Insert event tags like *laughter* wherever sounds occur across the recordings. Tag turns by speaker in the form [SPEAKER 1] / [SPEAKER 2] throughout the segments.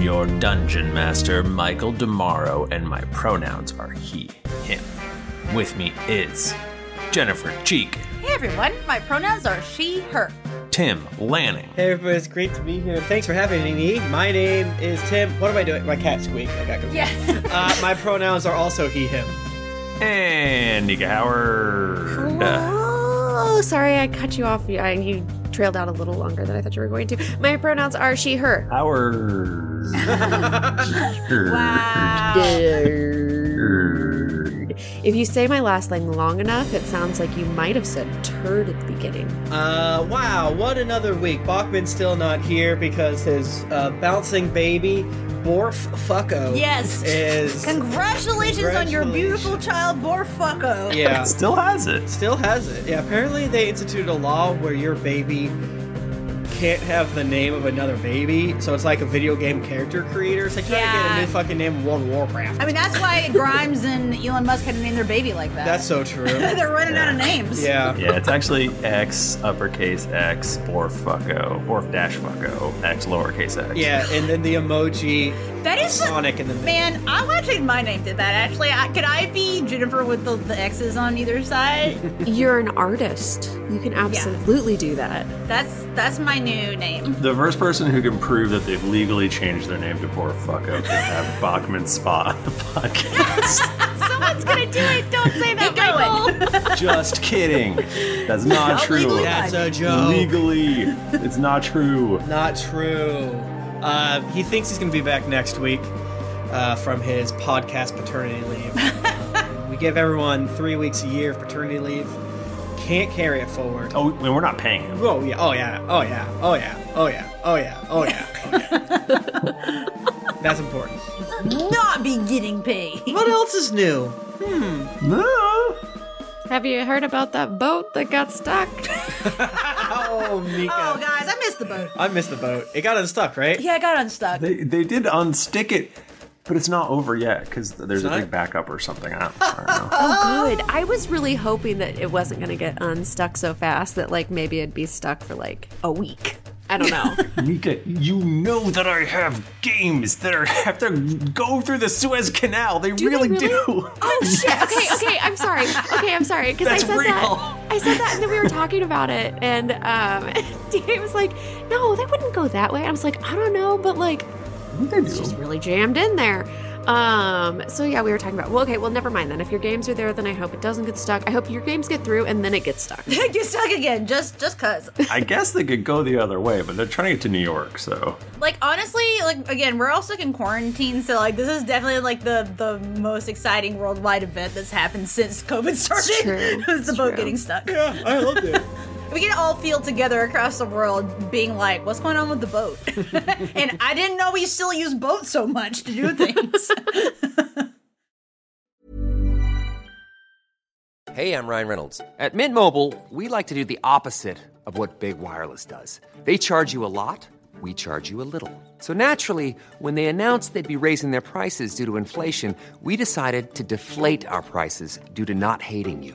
[SPEAKER 1] Dungeon Master Michael Demaro, and my pronouns are he, him. With me is Jennifer Cheek,
[SPEAKER 2] Hey everyone, my pronouns are she, her.
[SPEAKER 1] Tim Lanning,
[SPEAKER 3] Hey everybody, it's great to be here. Thanks for having me. My name is Tim. What am I doing? My cat squeaked. I got confused.
[SPEAKER 2] Yeah. *laughs*
[SPEAKER 3] Uh, my pronouns are also he, him.
[SPEAKER 1] and Nika Howard.
[SPEAKER 4] Oh, sorry, I cut you off. You, I, you trailed out a little longer than I thought you were going to. My pronouns are she, her.
[SPEAKER 1] Howard. *laughs*
[SPEAKER 2] Wow.
[SPEAKER 4] If you say my last name long enough, it sounds like you might have said turd at the beginning.
[SPEAKER 3] Uh, wow, what another week. Bachman's still not here because his uh, bouncing baby, Borf Fucko,
[SPEAKER 2] Yes.
[SPEAKER 3] Oh, is.
[SPEAKER 2] Congratulations on your beautiful child, Borfucko.
[SPEAKER 1] *laughs*
[SPEAKER 3] yeah,
[SPEAKER 1] Still has it.
[SPEAKER 3] still has it. Yeah, apparently they instituted a law where your baby can't have the name of another baby, so it's like a video game character creator. It's like trying to get a
[SPEAKER 2] Yeah.
[SPEAKER 3] new fucking name in World of Warcraft.
[SPEAKER 2] I mean, that's why Grimes and Elon Musk had to name their baby like that.
[SPEAKER 3] That's so
[SPEAKER 2] *laughs*
[SPEAKER 3] true.
[SPEAKER 2] They're running out of names.
[SPEAKER 3] Yeah.
[SPEAKER 1] Yeah, it's actually X uppercase X or fucko or dash fucko X lowercase X.
[SPEAKER 3] Yeah, and then the emoji
[SPEAKER 2] That is.
[SPEAKER 3] Sonic in the middle.
[SPEAKER 2] Man, I want to change my name to that. Actually, I, could I be Jennifer with the, the X's on either side?
[SPEAKER 4] You're an artist. You can absolutely do that.
[SPEAKER 2] That's that's my new
[SPEAKER 3] *laughs*
[SPEAKER 2] name.
[SPEAKER 1] The first person who can prove that they've legally changed their name to poor fucko can have Bachman's spot on the podcast.
[SPEAKER 2] Someone's gonna do it. Don't say that, Michael.
[SPEAKER 1] *laughs* Just kidding. That's not
[SPEAKER 2] Not
[SPEAKER 1] true.
[SPEAKER 2] legally.
[SPEAKER 3] That's a joke.
[SPEAKER 1] Legally, it's not true.
[SPEAKER 3] Not true. Uh, he thinks he's going to be back next week uh, from his podcast paternity leave. Uh, we give everyone three weeks a year of paternity leave. Can't carry it forward.
[SPEAKER 1] Oh, and we're not paying him.
[SPEAKER 3] Oh yeah! Oh yeah! Oh yeah! Oh yeah! Oh yeah! Oh yeah! Oh yeah! Oh, yeah. That's important.
[SPEAKER 2] Not be getting paid.
[SPEAKER 3] What else is new?
[SPEAKER 1] No.
[SPEAKER 4] Have you heard about that boat that got stuck?
[SPEAKER 3] *laughs* Oh, Mika.
[SPEAKER 2] Oh, guys, I missed the boat.
[SPEAKER 3] I missed the boat. It got unstuck, right?
[SPEAKER 2] Yeah, I got unstuck.
[SPEAKER 1] They, they did unstick it, but it's not over yet because there's a
[SPEAKER 3] It's not?
[SPEAKER 1] big backup or something.
[SPEAKER 2] *laughs*
[SPEAKER 1] I don't, I don't know.
[SPEAKER 4] oh, good. I was really hoping that it wasn't going to get unstuck so fast that, like, maybe it'd be stuck for, like, a week. I don't know.
[SPEAKER 1] *laughs* Mika, you know that I have games that are have to go through the Suez Canal. They really,
[SPEAKER 4] really?
[SPEAKER 1] do.
[SPEAKER 4] Oh *laughs* shit! Okay, okay, I'm sorry. Okay, I'm sorry because I
[SPEAKER 1] That's
[SPEAKER 4] said
[SPEAKER 1] real.
[SPEAKER 4] that. I said that, and then we were talking about it, and um, *laughs* DA was like, "No, they wouldn't go that way." I was like, "I don't know, but like,
[SPEAKER 1] They
[SPEAKER 4] it's just
[SPEAKER 1] do.
[SPEAKER 4] really jammed in there." Um, so yeah, we were talking about. Well, okay, well, never mind then. If your games are there, then I hope it doesn't get stuck. I hope your games get through, and then it gets stuck.
[SPEAKER 2] get stuck again, just just cause.
[SPEAKER 1] *laughs* I guess they could go the other way, but they're trying to get to New York, so
[SPEAKER 2] Like honestly, like again, we're all stuck in quarantine, so like this is definitely like the the most exciting worldwide event that's happened since COVID started.
[SPEAKER 4] true.
[SPEAKER 2] *laughs* It was the
[SPEAKER 4] It's
[SPEAKER 2] boat
[SPEAKER 4] true.
[SPEAKER 2] getting stuck.
[SPEAKER 3] Yeah, I loved it.
[SPEAKER 2] *laughs* We can all feel together across the world, being like, "What's going on with the boat?" *laughs* and I didn't know we still use boats so much to
[SPEAKER 4] *laughs*
[SPEAKER 2] do things.
[SPEAKER 5] Hey, I'm Ryan Reynolds. At Mint Mobile, we like to do the opposite of what Big Wireless does. They charge you a lot, we charge you a little. So naturally, when they announced they'd be raising their prices due to inflation, we decided to deflate our prices due to not hating you.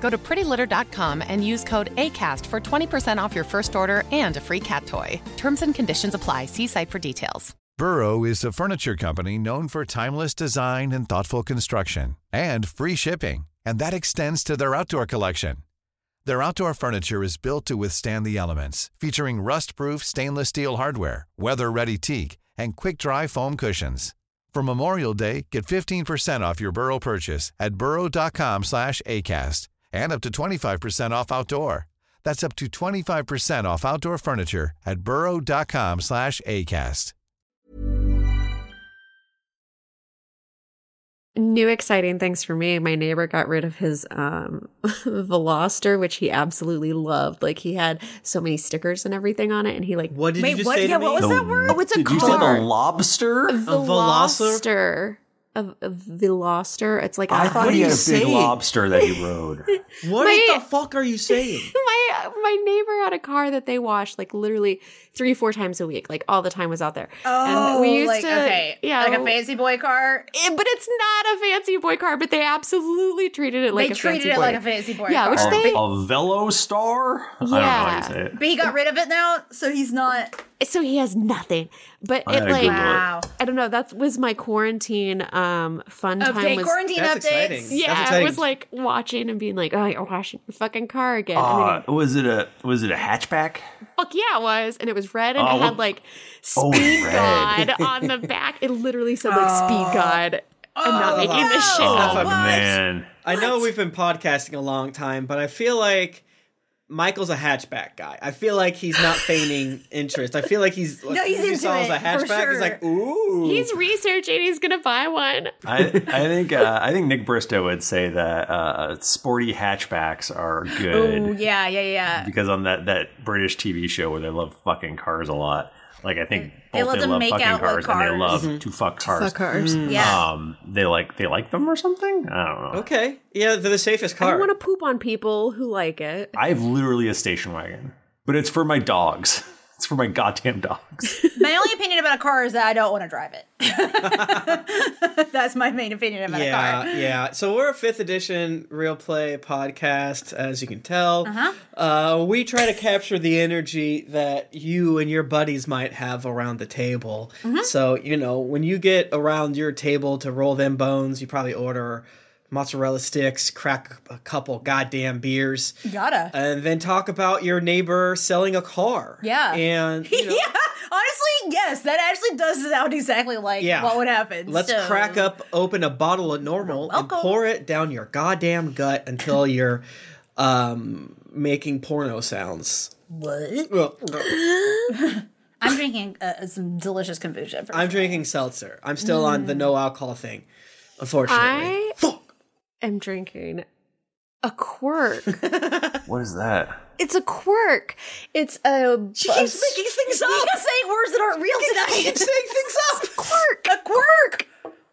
[SPEAKER 6] Go to prettylitter.com and use code ACAST for 20% off your first order and a free cat toy. Terms and conditions apply. See site for details.
[SPEAKER 7] Burrow is a furniture company known for timeless design and thoughtful construction and free shipping, and that extends to their outdoor collection. Their outdoor furniture is built to withstand the elements, featuring rust-proof stainless steel hardware, weather-ready teak, and quick-dry foam cushions. For Memorial Day, get 15% off your Burrow purchase at burrow.com slash ACAST and up to 25% off outdoor. That's up to 25% off outdoor furniture at burrow.com slash ACAST.
[SPEAKER 4] New exciting things for me. My neighbor got rid of his um *laughs* Veloster, which he absolutely loved. Like he had so many stickers and everything on it, and he like
[SPEAKER 3] what did Wait, you just what- say to yeah, what me? was that word?
[SPEAKER 4] Oh, it's a
[SPEAKER 1] Did
[SPEAKER 4] car.
[SPEAKER 1] you say the lobster?
[SPEAKER 4] A Veloster. A, a Veloster. It's like a
[SPEAKER 1] I thought he had a big
[SPEAKER 4] lobster.
[SPEAKER 1] lobster that he rode.
[SPEAKER 3] What
[SPEAKER 4] My-
[SPEAKER 3] the fuck are you saying?
[SPEAKER 4] *laughs* my my neighbor had a car that they washed like literally three four times a week, like all the time was out there.
[SPEAKER 2] *laughs* Oh,
[SPEAKER 4] and we used
[SPEAKER 2] like,
[SPEAKER 4] to
[SPEAKER 2] okay.
[SPEAKER 4] yeah,
[SPEAKER 2] Like a fancy boy car.
[SPEAKER 4] Eh, but it's not a fancy boy car, but they absolutely treated it like
[SPEAKER 2] they
[SPEAKER 4] a
[SPEAKER 2] treated
[SPEAKER 4] fancy
[SPEAKER 2] it
[SPEAKER 4] boy.
[SPEAKER 2] like a fancy boy
[SPEAKER 4] Yeah,
[SPEAKER 2] car.
[SPEAKER 4] which
[SPEAKER 1] a,
[SPEAKER 4] they-
[SPEAKER 1] a Velo Star? I don't know how you say it.
[SPEAKER 2] But he got rid of it now, so he's not.
[SPEAKER 4] so he has nothing. But
[SPEAKER 1] I
[SPEAKER 4] it
[SPEAKER 1] gotta
[SPEAKER 4] like
[SPEAKER 1] Google it. Wow.
[SPEAKER 4] I don't know. That was my quarantine um fun time.
[SPEAKER 2] Okay,
[SPEAKER 4] was,
[SPEAKER 2] quarantine
[SPEAKER 3] That's
[SPEAKER 2] updates.
[SPEAKER 3] exciting. That's
[SPEAKER 4] Yeah, it
[SPEAKER 3] exciting.
[SPEAKER 4] was like watching and being like, "Oh, you're washing your fucking car again." and then
[SPEAKER 1] Uh, was it a was it a hatchback?
[SPEAKER 4] Fuck yeah, it was. And it was red and
[SPEAKER 1] Oh,
[SPEAKER 4] it had
[SPEAKER 1] what-
[SPEAKER 4] like
[SPEAKER 1] Oh,
[SPEAKER 4] Speed
[SPEAKER 1] red.
[SPEAKER 4] God
[SPEAKER 3] *laughs*
[SPEAKER 4] on the back. It literally said like
[SPEAKER 2] Oh.
[SPEAKER 4] Speed God. I'm not making this shit
[SPEAKER 1] Oh
[SPEAKER 4] up.
[SPEAKER 1] man.
[SPEAKER 3] I know we've been podcasting a long time, but I feel like Michael's a hatchback guy. I feel like he's not feigning interest. I feel like he's like,
[SPEAKER 2] No, he's
[SPEAKER 3] he
[SPEAKER 2] into
[SPEAKER 3] saw us
[SPEAKER 2] it,
[SPEAKER 3] a
[SPEAKER 2] for
[SPEAKER 3] hatchback. He's
[SPEAKER 2] sure.
[SPEAKER 3] like, ooh,
[SPEAKER 4] He's researching. He's gonna buy one.
[SPEAKER 1] I, I think uh, I think Nick Bristow would say that uh, sporty hatchbacks are good
[SPEAKER 2] Oh yeah, yeah,
[SPEAKER 3] *laughs*
[SPEAKER 2] yeah.
[SPEAKER 1] because on that, that British TV show where they love fucking cars a lot, like I think
[SPEAKER 2] They
[SPEAKER 1] both
[SPEAKER 2] love
[SPEAKER 1] they
[SPEAKER 2] to
[SPEAKER 1] love
[SPEAKER 2] make
[SPEAKER 1] fucking
[SPEAKER 2] out with
[SPEAKER 1] cars, and they
[SPEAKER 2] cars. Mm.
[SPEAKER 1] love to fuck cars.
[SPEAKER 4] cars.
[SPEAKER 2] Yeah.
[SPEAKER 1] Um, they like they like them or something. I don't know.
[SPEAKER 3] okay. Yeah, they're the safest
[SPEAKER 4] I
[SPEAKER 3] car.
[SPEAKER 4] want to poop on people who like it.
[SPEAKER 1] I have literally a station wagon, but it's for my dogs. *laughs* It's for my goddamn dogs.
[SPEAKER 2] my only opinion about a car is that I don't want to drive it. *laughs* That's my main opinion about a car.
[SPEAKER 3] yeah, yeah. So we're a fifth edition real play podcast, as you can tell. Uh-huh. we try to capture the energy that you and your buddies might have around the table. So you know, when you get around your table to roll them bones, you probably order mozzarella sticks, crack a couple goddamn beers,
[SPEAKER 2] Gotta.
[SPEAKER 3] and then talk about your neighbor selling a car.
[SPEAKER 2] Yeah. *laughs*
[SPEAKER 3] and you know,
[SPEAKER 2] yeah. Honestly, yes, that actually does sound exactly like
[SPEAKER 3] Yeah.
[SPEAKER 2] what would happen.
[SPEAKER 3] Let's
[SPEAKER 2] so-
[SPEAKER 3] crack up, open a bottle of normal, and
[SPEAKER 2] Welcome.
[SPEAKER 3] pour it down your goddamn gut
[SPEAKER 2] *laughs*
[SPEAKER 3] until you're um, making porno sounds.
[SPEAKER 2] What? *laughs* I'm drinking uh, some delicious kombucha. For
[SPEAKER 3] I'm drinking seltzer. I'm still on
[SPEAKER 2] Mm.
[SPEAKER 3] the no alcohol thing, unfortunately.
[SPEAKER 4] I
[SPEAKER 3] Fuck.
[SPEAKER 4] am drinking a quirk.
[SPEAKER 1] what is that?
[SPEAKER 4] it's a quirk. It's a,
[SPEAKER 2] She keeps making things up. You
[SPEAKER 4] *laughs*
[SPEAKER 2] keep saying words that aren't real tonight. She keeps saying things up.
[SPEAKER 4] quirk.
[SPEAKER 2] A quirk.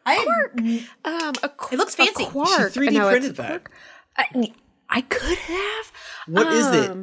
[SPEAKER 2] I quirk.
[SPEAKER 4] Um, a qu-
[SPEAKER 2] It looks
[SPEAKER 4] a
[SPEAKER 2] fancy. She
[SPEAKER 4] quark.
[SPEAKER 3] She 3D
[SPEAKER 4] No, it's a
[SPEAKER 3] printed that.
[SPEAKER 4] quark. I, I could have.
[SPEAKER 3] What is it?
[SPEAKER 4] it?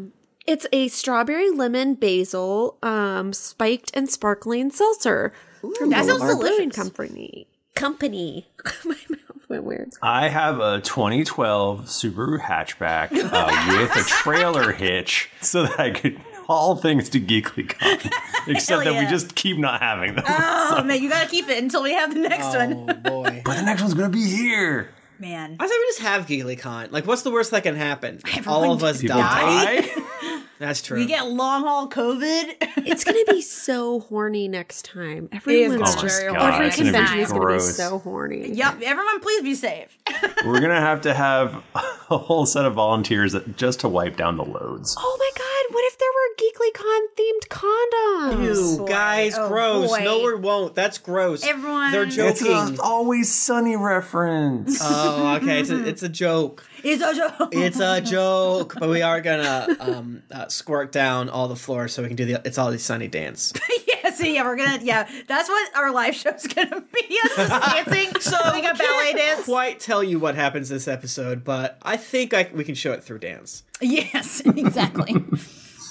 [SPEAKER 4] It's a strawberry lemon basil um spiked and sparkling seltzer. from
[SPEAKER 2] That sounds
[SPEAKER 4] Boulevard Brewing
[SPEAKER 2] delicious.
[SPEAKER 4] Company. Company. *laughs* My mouth went weird.
[SPEAKER 1] I have a 2012 Subaru hatchback uh, with a trailer hitch, so that I could haul things to GeeklyCon. Except that we
[SPEAKER 2] yeah.
[SPEAKER 1] just keep not having them.
[SPEAKER 2] Oh
[SPEAKER 3] *laughs*
[SPEAKER 2] man, you gotta keep it until we have the next one.
[SPEAKER 3] Oh boy.
[SPEAKER 1] But the next one's gonna be here.
[SPEAKER 3] Oh.
[SPEAKER 2] *laughs* Man,
[SPEAKER 3] I said we just have GeeklyCon. Like, what's the worst that can happen? All of us
[SPEAKER 1] People
[SPEAKER 3] die.
[SPEAKER 1] die.
[SPEAKER 3] That's true.
[SPEAKER 2] we get long haul COVID.
[SPEAKER 4] It's gonna
[SPEAKER 2] *laughs*
[SPEAKER 4] be so horny next time. Everyone's
[SPEAKER 1] gonna be
[SPEAKER 4] just
[SPEAKER 3] Oh
[SPEAKER 1] very horny.
[SPEAKER 4] every
[SPEAKER 1] It's gonna be
[SPEAKER 4] convention is gonna be
[SPEAKER 1] gross.
[SPEAKER 4] so horny.
[SPEAKER 2] yep. Everyone, please be safe.
[SPEAKER 1] We're gonna have to have a whole set of volunteers that, just to wipe down the loads.
[SPEAKER 4] Oh my god! What if there were GeeklyCon themed condoms?
[SPEAKER 3] Ew, guys,
[SPEAKER 2] Oh,
[SPEAKER 3] gross.
[SPEAKER 2] boy.
[SPEAKER 3] No, we won't. That's gross.
[SPEAKER 2] Everyone-
[SPEAKER 3] They're
[SPEAKER 1] It's
[SPEAKER 3] joking.
[SPEAKER 1] an always sunny reference.
[SPEAKER 3] oh, okay. It's a, it's a joke.
[SPEAKER 2] It's a joke.
[SPEAKER 3] It's a joke, but we are gonna um, uh, squirt down all the floor so we can do the it's always sunny dance.
[SPEAKER 2] *laughs* yeah, so yeah, we're gonna yeah. That's what our live show's gonna be. *laughs* Us just
[SPEAKER 3] *laughs*
[SPEAKER 2] dancing, so like a ballet dance.
[SPEAKER 3] Quite tell you what happens this episode, but I think I, we can show it through dance.
[SPEAKER 2] Yes, *laughs* exactly.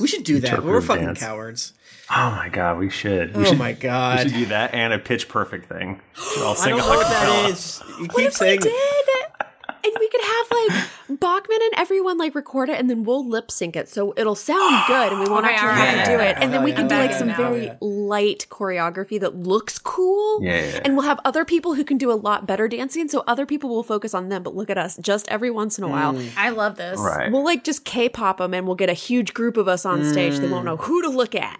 [SPEAKER 3] We should do that. We're
[SPEAKER 1] Interpretive
[SPEAKER 3] fucking
[SPEAKER 1] dance.
[SPEAKER 3] cowards.
[SPEAKER 1] Oh *laughs* my god, we should. We
[SPEAKER 3] Oh
[SPEAKER 1] should,
[SPEAKER 3] my
[SPEAKER 1] we
[SPEAKER 3] god.
[SPEAKER 1] should do that and a pitch perfect thing. I'll
[SPEAKER 3] I
[SPEAKER 1] sing
[SPEAKER 3] don't
[SPEAKER 1] a
[SPEAKER 3] know what
[SPEAKER 1] cappella.
[SPEAKER 3] that is. You keep
[SPEAKER 4] if we
[SPEAKER 3] saying
[SPEAKER 4] did? And we could have like Bachman and everyone like record it and then we'll lip sync it so it'll
[SPEAKER 3] *gasps*
[SPEAKER 4] sound good and we won't
[SPEAKER 2] Okay,
[SPEAKER 4] actually
[SPEAKER 2] all
[SPEAKER 4] have to
[SPEAKER 2] right.
[SPEAKER 4] do it. And then
[SPEAKER 2] Yeah.
[SPEAKER 4] we can do like
[SPEAKER 2] Yeah.
[SPEAKER 4] some
[SPEAKER 2] Yeah.
[SPEAKER 4] very light choreography that looks cool.
[SPEAKER 1] Yeah.
[SPEAKER 4] And we'll have other people who can do a lot better dancing. So other people will focus on them. But look at us just every once in a while.
[SPEAKER 2] Mm. I love this. Right.
[SPEAKER 4] We'll like just K pop them and we'll get a huge group of us on stage. They won't know who to look at.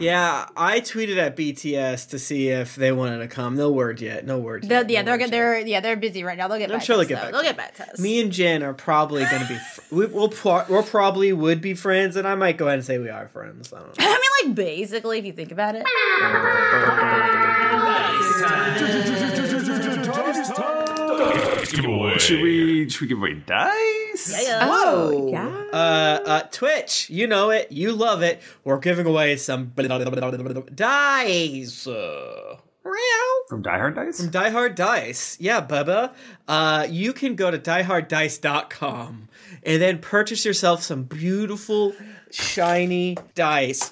[SPEAKER 3] Yeah, I tweeted at BTS to see if they wanted to come. No word yet. No word. Yet.
[SPEAKER 2] They'll, yeah, they're good. They're yeah, they're busy right now. They'll get.
[SPEAKER 3] I'm
[SPEAKER 2] back
[SPEAKER 3] sure
[SPEAKER 2] to
[SPEAKER 3] they'll
[SPEAKER 2] us,
[SPEAKER 3] get
[SPEAKER 2] though.
[SPEAKER 3] back
[SPEAKER 2] They'll
[SPEAKER 3] to
[SPEAKER 2] get back to us. *laughs*
[SPEAKER 3] Me and Jen are probably going to be. Fr- we, we'll pro- we'll probably would be friends, and I might go ahead and say we are friends. I don't know.
[SPEAKER 2] I mean, like basically, if you think about it.
[SPEAKER 1] *laughs* Should we should we give away dice? Oh.
[SPEAKER 3] Whoa. Uh, uh, Twitch, you know it, you love it. We're giving away some dice. Uh,
[SPEAKER 1] From Die Hard Dice?
[SPEAKER 3] From Die Hard Dice. Yeah, Bubba. Uh, you can go to dieharddice.com and then purchase yourself some beautiful, shiny dice.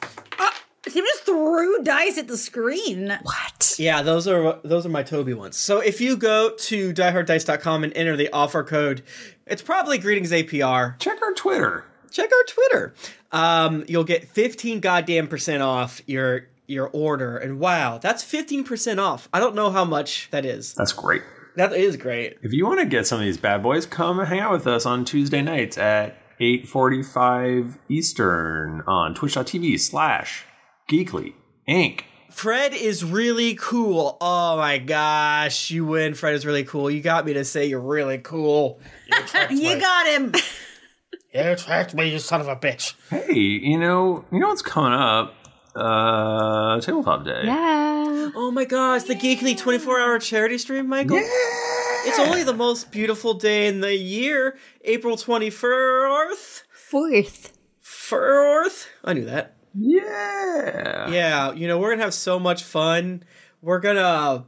[SPEAKER 2] He just threw dice at the screen. What?
[SPEAKER 3] Yeah, those are those are my Toby ones. So if you go to dieharddice.com and enter the offer code, it's probably greetings APR.
[SPEAKER 1] Check our Twitter.
[SPEAKER 3] Check our Twitter. Um, you'll get 15 goddamn percent off your your order. And wow, that's 15% off. I don't know how much that is.
[SPEAKER 1] That's great.
[SPEAKER 3] That is great.
[SPEAKER 1] If you want to get some of these bad boys, come hang out with us on Tuesday nights at 8.45 Eastern on twitch.tv slash geekly inc.
[SPEAKER 3] Fred is really cool. Oh my gosh, you win. Fred is really cool. You got me to say you're really cool.
[SPEAKER 2] *laughs* you got him. *laughs*
[SPEAKER 3] You tracked me, you son of a bitch.
[SPEAKER 1] Hey, you know, you know what's coming up? Uh, tabletop day.
[SPEAKER 4] Yeah.
[SPEAKER 3] Oh my gosh, the Geekly 24 hour charity stream, Michael. It's only the most beautiful day in the year, April 24th.
[SPEAKER 4] Fourth.
[SPEAKER 3] Fourth. I knew that.
[SPEAKER 1] Yeah.
[SPEAKER 3] Yeah, you know, we're going to have so much fun. We're going to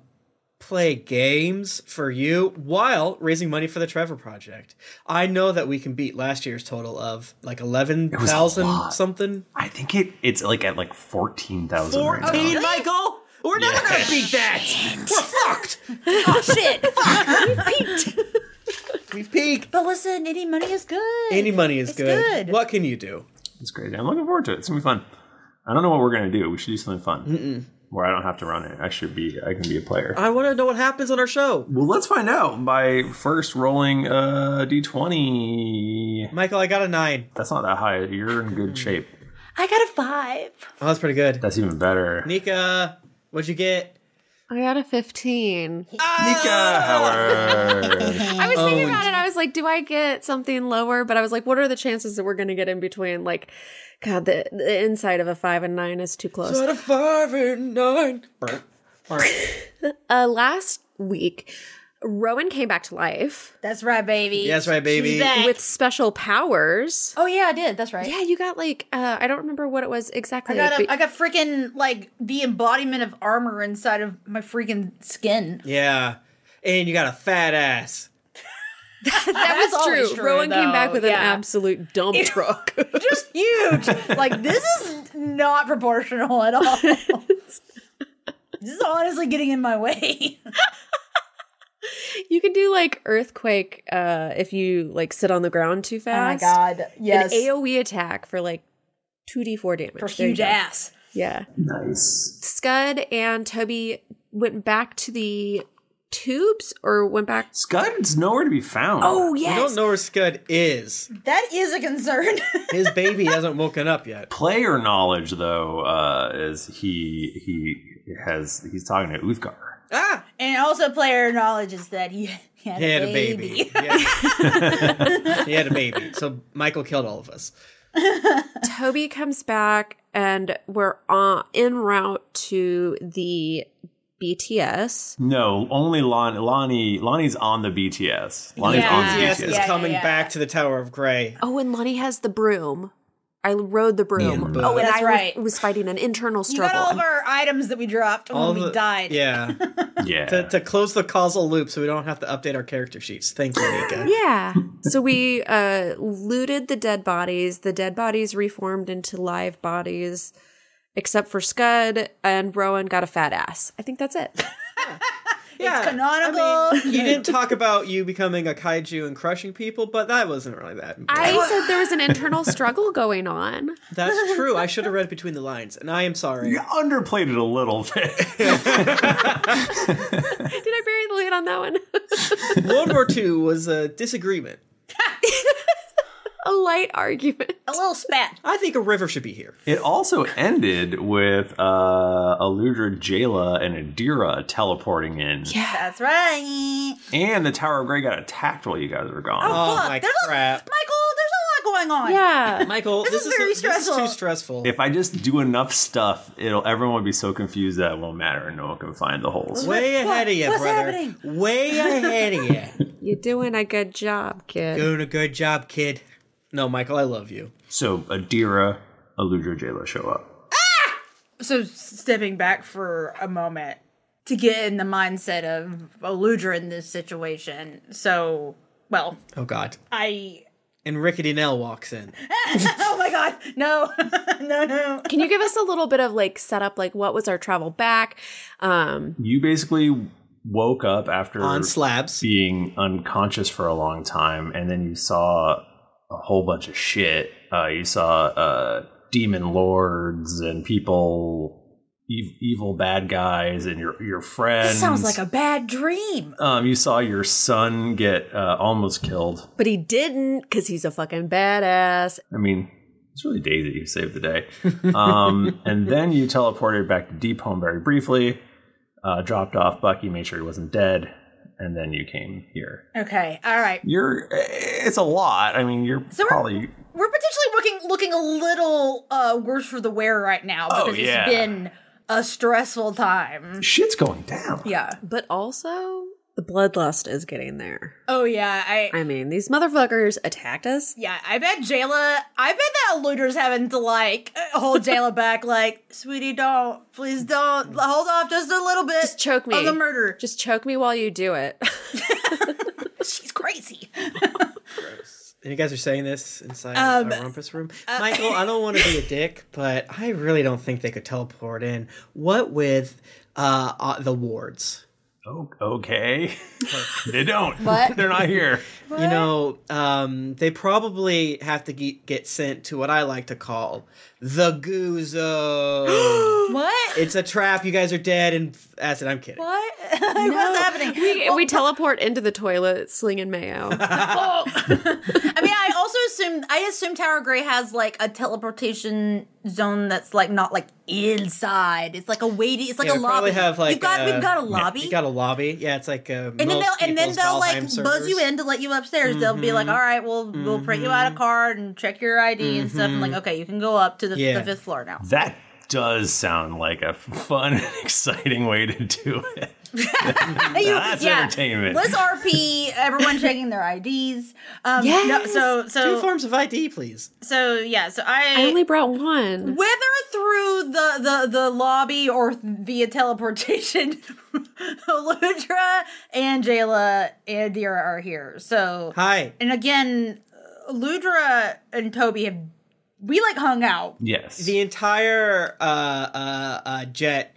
[SPEAKER 3] play games for you while raising money for the Trevor Project. I know that we can beat last year's total of like 11,000 something.
[SPEAKER 1] I think it it's like at like 14,000 right now.
[SPEAKER 3] 14, Michael? We're never going to beat that. We're fucked.
[SPEAKER 2] *laughs* Oh
[SPEAKER 3] *laughs*
[SPEAKER 2] shit! Fuck. We've peaked.
[SPEAKER 3] We've peaked.
[SPEAKER 2] But listen, any money is good.
[SPEAKER 3] Any money is
[SPEAKER 2] It's
[SPEAKER 3] good.
[SPEAKER 2] good.
[SPEAKER 3] What can you do?
[SPEAKER 1] It's crazy. I'm looking forward to it. It's gonna be fun. I don't know what we're gonna do. We should do something fun where I don't have to run it. I should be. I can be a player.
[SPEAKER 3] I want to know what happens on our show.
[SPEAKER 1] Well, let's find out by first rolling uh, a d20.
[SPEAKER 3] Michael, I got a nine.
[SPEAKER 1] That's not that high. You're in
[SPEAKER 3] Hmm.
[SPEAKER 1] good shape.
[SPEAKER 2] I got a five.
[SPEAKER 3] Oh, that's pretty good.
[SPEAKER 1] That's even better.
[SPEAKER 3] Nika, what'd
[SPEAKER 1] *laughs*
[SPEAKER 3] you get?
[SPEAKER 4] I got a 15.
[SPEAKER 1] Nika Howard.
[SPEAKER 4] Uh, I was thinking
[SPEAKER 1] Oh,
[SPEAKER 4] about it. I was like, do I get something lower? But I was like, what are the chances that we're going to get in between? Like, God, the, the inside of a five and nine is too close.
[SPEAKER 3] Sort of five and nine.
[SPEAKER 4] Uh, last week, Rowan came back to life.
[SPEAKER 2] That's right, baby.
[SPEAKER 3] That's right, baby. She's back.
[SPEAKER 4] With special powers.
[SPEAKER 2] Oh yeah, I did. That's right.
[SPEAKER 4] Yeah, you got like uh, I don't remember what it was exactly.
[SPEAKER 2] I got
[SPEAKER 4] but-
[SPEAKER 2] a, I got freaking like the embodiment of armor inside of my freaking
[SPEAKER 4] *laughs*
[SPEAKER 2] skin.
[SPEAKER 3] Yeah. And you got a fat ass.
[SPEAKER 4] that was
[SPEAKER 2] always
[SPEAKER 4] true.
[SPEAKER 2] true,
[SPEAKER 4] Rowan came back
[SPEAKER 2] though.
[SPEAKER 4] with
[SPEAKER 2] Yeah.
[SPEAKER 4] an absolute
[SPEAKER 2] *laughs*
[SPEAKER 4] dump truck.
[SPEAKER 2] Just huge. like this is not proportional
[SPEAKER 4] *laughs*
[SPEAKER 2] at all. this is honestly getting in my way. *laughs*
[SPEAKER 4] You can do like earthquake uh, if you like sit on the ground too
[SPEAKER 2] Oh my
[SPEAKER 4] fast.
[SPEAKER 2] God, yes.
[SPEAKER 4] An AoE attack for like two d four damage
[SPEAKER 2] For
[SPEAKER 4] There you
[SPEAKER 2] huge
[SPEAKER 4] go.
[SPEAKER 2] ass.
[SPEAKER 4] Yeah.
[SPEAKER 1] Nice.
[SPEAKER 4] Scud and Toby went back to the tubes or went back.
[SPEAKER 1] Scud's nowhere to be found.
[SPEAKER 4] Oh,
[SPEAKER 3] You
[SPEAKER 4] yes.
[SPEAKER 3] don't know where Scud is.
[SPEAKER 2] That is a
[SPEAKER 3] *laughs*
[SPEAKER 2] concern.
[SPEAKER 3] His baby hasn't woken up yet.
[SPEAKER 1] Player knowledge, though, uh, is he he has he's talking to Uthgar.
[SPEAKER 2] and also, player knowledge is that he had,
[SPEAKER 3] Ah. He had
[SPEAKER 2] a
[SPEAKER 3] a
[SPEAKER 2] baby.
[SPEAKER 3] *laughs* baby. Yeah. he had a baby. So Michael killed all of us.
[SPEAKER 4] Toby comes back and we're on en route to the BTS.
[SPEAKER 1] No, only Lon, Lonnie. Lonnie's on the BTS. Lonnie's
[SPEAKER 4] Yeah.
[SPEAKER 1] on the
[SPEAKER 4] BTS
[SPEAKER 1] BTS.
[SPEAKER 3] is coming back to the Tower of Grey.
[SPEAKER 4] Oh, and Lonnie has the broom. I rode the broom.
[SPEAKER 3] Yeah.
[SPEAKER 4] Oh, and
[SPEAKER 3] That's
[SPEAKER 4] I was-
[SPEAKER 2] right.
[SPEAKER 4] was fighting an internal
[SPEAKER 2] You got
[SPEAKER 4] struggle.
[SPEAKER 2] all of our items that we dropped
[SPEAKER 3] All
[SPEAKER 2] when we
[SPEAKER 3] the-
[SPEAKER 2] Oh, died.
[SPEAKER 3] Yeah.
[SPEAKER 1] *laughs* yeah.
[SPEAKER 3] To, to close the causal loop so we don't have to update our character sheets. Thank you,
[SPEAKER 2] *laughs*
[SPEAKER 3] Nika.
[SPEAKER 4] yeah. So we uh, looted the dead bodies. The dead bodies reformed into live bodies,
[SPEAKER 2] *laughs*
[SPEAKER 4] except for Scud and Rowan got a fat ass. I think that's it.
[SPEAKER 2] it's canonical.
[SPEAKER 3] you
[SPEAKER 1] *laughs*
[SPEAKER 3] didn't talk about you becoming a kaiju and crushing people, but that wasn't really that. important.
[SPEAKER 4] I said there was an internal struggle going on.
[SPEAKER 2] *laughs*
[SPEAKER 3] That's true. I should have read between the lines, and I am sorry.
[SPEAKER 1] You underplayed it a little bit.
[SPEAKER 4] Did I bury the lead on that one? *laughs*
[SPEAKER 3] *laughs* World War II was a disagreement.
[SPEAKER 4] a light argument.
[SPEAKER 2] A little spat.
[SPEAKER 3] I think a river should be here.
[SPEAKER 1] It also ended with uh, Aludra, Jayla, and Adira teleporting in.
[SPEAKER 2] *laughs* Yeah, that's right.
[SPEAKER 1] And the Tower of Grey got attacked while you guys were gone.
[SPEAKER 2] Oh, fuck. there's A, Michael, there's a lot going on.
[SPEAKER 3] Michael,
[SPEAKER 2] This
[SPEAKER 3] this,
[SPEAKER 2] is
[SPEAKER 3] is,
[SPEAKER 2] very
[SPEAKER 3] this is
[SPEAKER 2] stressful.
[SPEAKER 3] too stressful.
[SPEAKER 1] If I just do enough stuff, it'll everyone will be so confused that it won't matter and no one can find the holes.
[SPEAKER 3] Way ahead of you,
[SPEAKER 4] what's
[SPEAKER 3] brother.
[SPEAKER 4] happening?
[SPEAKER 3] Way ahead
[SPEAKER 2] *laughs*
[SPEAKER 3] of you.
[SPEAKER 4] You're doing a good job, kid.
[SPEAKER 3] Doing a good job, kid. No, Michael, I love you.
[SPEAKER 1] So Adira, Aludra, Jayla show up.
[SPEAKER 2] So stepping back for a moment to get in the mindset of Aludra in this situation. So, well,
[SPEAKER 3] Oh God.
[SPEAKER 2] I.
[SPEAKER 3] And Rickety Nell walks in.
[SPEAKER 2] *laughs* oh my god, no, *laughs* no, no.
[SPEAKER 4] Can you give us a little bit of like setup? Like, what was our travel back? Um,
[SPEAKER 1] You basically woke up after
[SPEAKER 4] On
[SPEAKER 3] slabs
[SPEAKER 1] being unconscious for a long time, and then you saw a whole bunch of shit. Uh, you saw uh, demon lords and people, ev- evil bad guys, and your your friends.
[SPEAKER 2] This sounds like a bad dream.
[SPEAKER 1] Um, you saw your son get uh, almost killed.
[SPEAKER 4] but he didn't because he's a fucking badass.
[SPEAKER 1] I mean, it's really Daisy who saved the day. Um, and then you teleported back to Deep Home very briefly, uh, dropped off Bucky, made sure he wasn't dead, and then you came here.
[SPEAKER 2] Okay, all right.
[SPEAKER 1] You're. eh, It's a lot. I mean, you're
[SPEAKER 2] So we're- *laughs*
[SPEAKER 1] probably.
[SPEAKER 2] We're potentially looking looking a little uh, worse for the wear right now
[SPEAKER 1] Oh,
[SPEAKER 2] because
[SPEAKER 1] yeah.
[SPEAKER 2] it's been a stressful time.
[SPEAKER 1] Shit's going down.
[SPEAKER 2] Yeah.
[SPEAKER 4] But also, the bloodlust is getting there.
[SPEAKER 2] Oh yeah, I.
[SPEAKER 4] I mean, these motherfuckers attacked us.
[SPEAKER 2] Yeah, I bet Jayla. I bet that Eluder's having to like uh,
[SPEAKER 4] *laughs*
[SPEAKER 2] hold Jayla back, like, sweetie, don't, please don't, hold off just a little bit. Just
[SPEAKER 4] choke me.
[SPEAKER 2] of the murder.
[SPEAKER 4] Just choke me while you do it. *laughs*
[SPEAKER 2] *laughs* She's crazy. *laughs*
[SPEAKER 3] And you guys are saying this inside
[SPEAKER 2] Um,
[SPEAKER 3] a rumpus room.
[SPEAKER 2] uh,
[SPEAKER 3] Michael, I don't want to be a dick, but I really don't think they could teleport in. What with uh, uh the wards?
[SPEAKER 1] Oh, okay. *laughs* they don't. *laughs*
[SPEAKER 3] What?
[SPEAKER 1] They're not here.
[SPEAKER 3] You know, um, they probably have to ge- get sent to what I like to call the goo
[SPEAKER 2] *gasps*
[SPEAKER 3] zone.
[SPEAKER 2] what?
[SPEAKER 3] It's a trap. You guys are dead. And acid. I'm kidding.
[SPEAKER 2] What? *laughs* What's happening?
[SPEAKER 4] We, we teleport into the toilet slinging mayo.
[SPEAKER 2] *laughs* I mean, I also assume I assume Tower Gray has like a teleportation zone that's like not like inside. It's like a weighty. It's like
[SPEAKER 3] Yeah,
[SPEAKER 2] a
[SPEAKER 3] we probably
[SPEAKER 2] lobby.
[SPEAKER 3] have like
[SPEAKER 2] we've got
[SPEAKER 3] uh,
[SPEAKER 2] we've got a lobby.
[SPEAKER 3] We got a lobby. Yeah, it's like uh,
[SPEAKER 2] and then
[SPEAKER 3] most
[SPEAKER 2] they'll and then
[SPEAKER 3] people's
[SPEAKER 2] they'll like
[SPEAKER 3] Valheim
[SPEAKER 2] buzz you
[SPEAKER 3] servers.
[SPEAKER 2] in to let you upstairs. They'll be
[SPEAKER 1] Mm-hmm.
[SPEAKER 2] like, "All right, we'll we'll print you out a card and check your ID and stuff." And like, okay, you can go up to the,
[SPEAKER 1] Mm-hmm. Yeah.
[SPEAKER 2] the fifth floor now.
[SPEAKER 1] That does sound like a fun *laughs* and exciting way to do
[SPEAKER 2] *laughs*
[SPEAKER 1] it.
[SPEAKER 2] *laughs* You-
[SPEAKER 1] That's entertainment.
[SPEAKER 2] Let's RP everyone checking their IDs. Um,
[SPEAKER 4] Yes!
[SPEAKER 2] no, so so
[SPEAKER 4] Two
[SPEAKER 3] forms of ID, please.
[SPEAKER 2] So yeah, so I
[SPEAKER 4] I only brought one.
[SPEAKER 2] Whether through the, the, the lobby or via teleportation, *laughs* Ludra and Jayla and Adira are here. So
[SPEAKER 3] hi,
[SPEAKER 2] and again, Ludra and Toby have we like hung out.
[SPEAKER 1] Yes.
[SPEAKER 3] The entire uh, uh, uh, jet,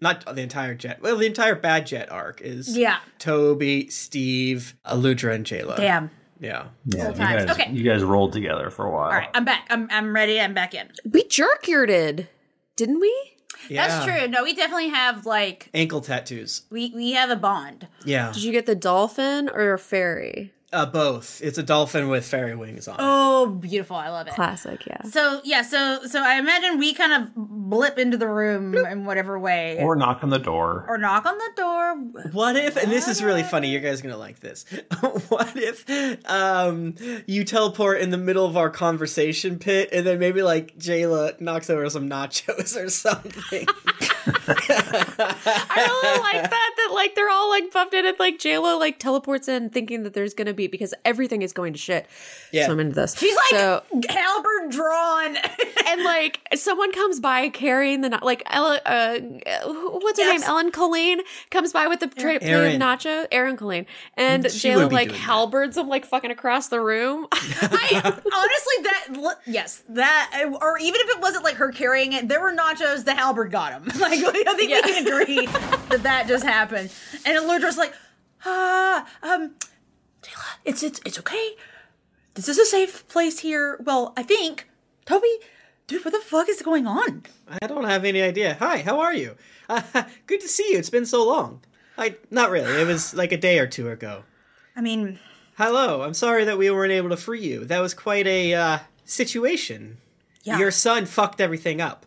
[SPEAKER 3] not the entire jet, well, the entire bad jet arc is
[SPEAKER 2] Yeah.
[SPEAKER 3] Toby, Steve, Aludra, and Jayla.
[SPEAKER 2] Damn.
[SPEAKER 3] Yeah.
[SPEAKER 1] Yeah, you
[SPEAKER 2] times.
[SPEAKER 1] guys,
[SPEAKER 2] Okay.
[SPEAKER 1] you guys rolled together for a while.
[SPEAKER 2] All right, I'm back. I'm I'm ready. I'm back in.
[SPEAKER 4] We jerkyarded, didn't we?
[SPEAKER 2] That's true. No, we definitely have like
[SPEAKER 3] Ankle tattoos.
[SPEAKER 2] we we have a bond.
[SPEAKER 3] Yeah.
[SPEAKER 4] Did you get the dolphin or a fairy?
[SPEAKER 3] Uh, both. It's a dolphin with fairy wings on. it.
[SPEAKER 2] Oh, beautiful. I love it.
[SPEAKER 4] Classic, yeah.
[SPEAKER 2] So yeah, so so I imagine we kind of blip into the room in whatever way,
[SPEAKER 1] Or knock on the door.
[SPEAKER 2] or knock on the door.
[SPEAKER 3] What if, and this is really funny, you guys are gonna like this. *laughs* what if um, you teleport in the middle of our conversation pit and then maybe like Jayla knocks over some nachos or something?
[SPEAKER 4] I *laughs* like that. That like they're all like buffed in, and like JLo like teleports in, thinking that there's gonna be because everything is going to shit.
[SPEAKER 2] Yeah.
[SPEAKER 4] so I'm into this.
[SPEAKER 2] She's like
[SPEAKER 4] So-
[SPEAKER 2] Halberd drawn, *laughs*
[SPEAKER 4] and like someone comes by carrying the na- like Ella, uh, who- what's her
[SPEAKER 2] Yes.
[SPEAKER 4] name? Ellen Colleen comes by with the tra- plate
[SPEAKER 2] Erin.
[SPEAKER 4] of nacho. Aaron Colleen and
[SPEAKER 2] She wouldn't
[SPEAKER 4] Jayla
[SPEAKER 2] be
[SPEAKER 4] like
[SPEAKER 2] doing that.
[SPEAKER 4] halberds them like fucking across the room.
[SPEAKER 2] uh, Honestly, that yes, that or even if it wasn't like her carrying it, there were nachos. The halberd got him. *laughs* Like I think we can agree that that just happened. And Eludra's like, ah, um, Jayla, it's it's it's okay. This is a safe place here. Well, I think, Toby, dude, what the fuck is going on?
[SPEAKER 3] I don't have any idea. Hi, how are you? *laughs* Uh, good to see you. It's been so long. I not really. It was like a day or two ago.
[SPEAKER 2] I mean,
[SPEAKER 3] Hello. I'm sorry that we weren't able to free you. That was quite a uh, situation.
[SPEAKER 2] Yeah.
[SPEAKER 3] Your son fucked everything up.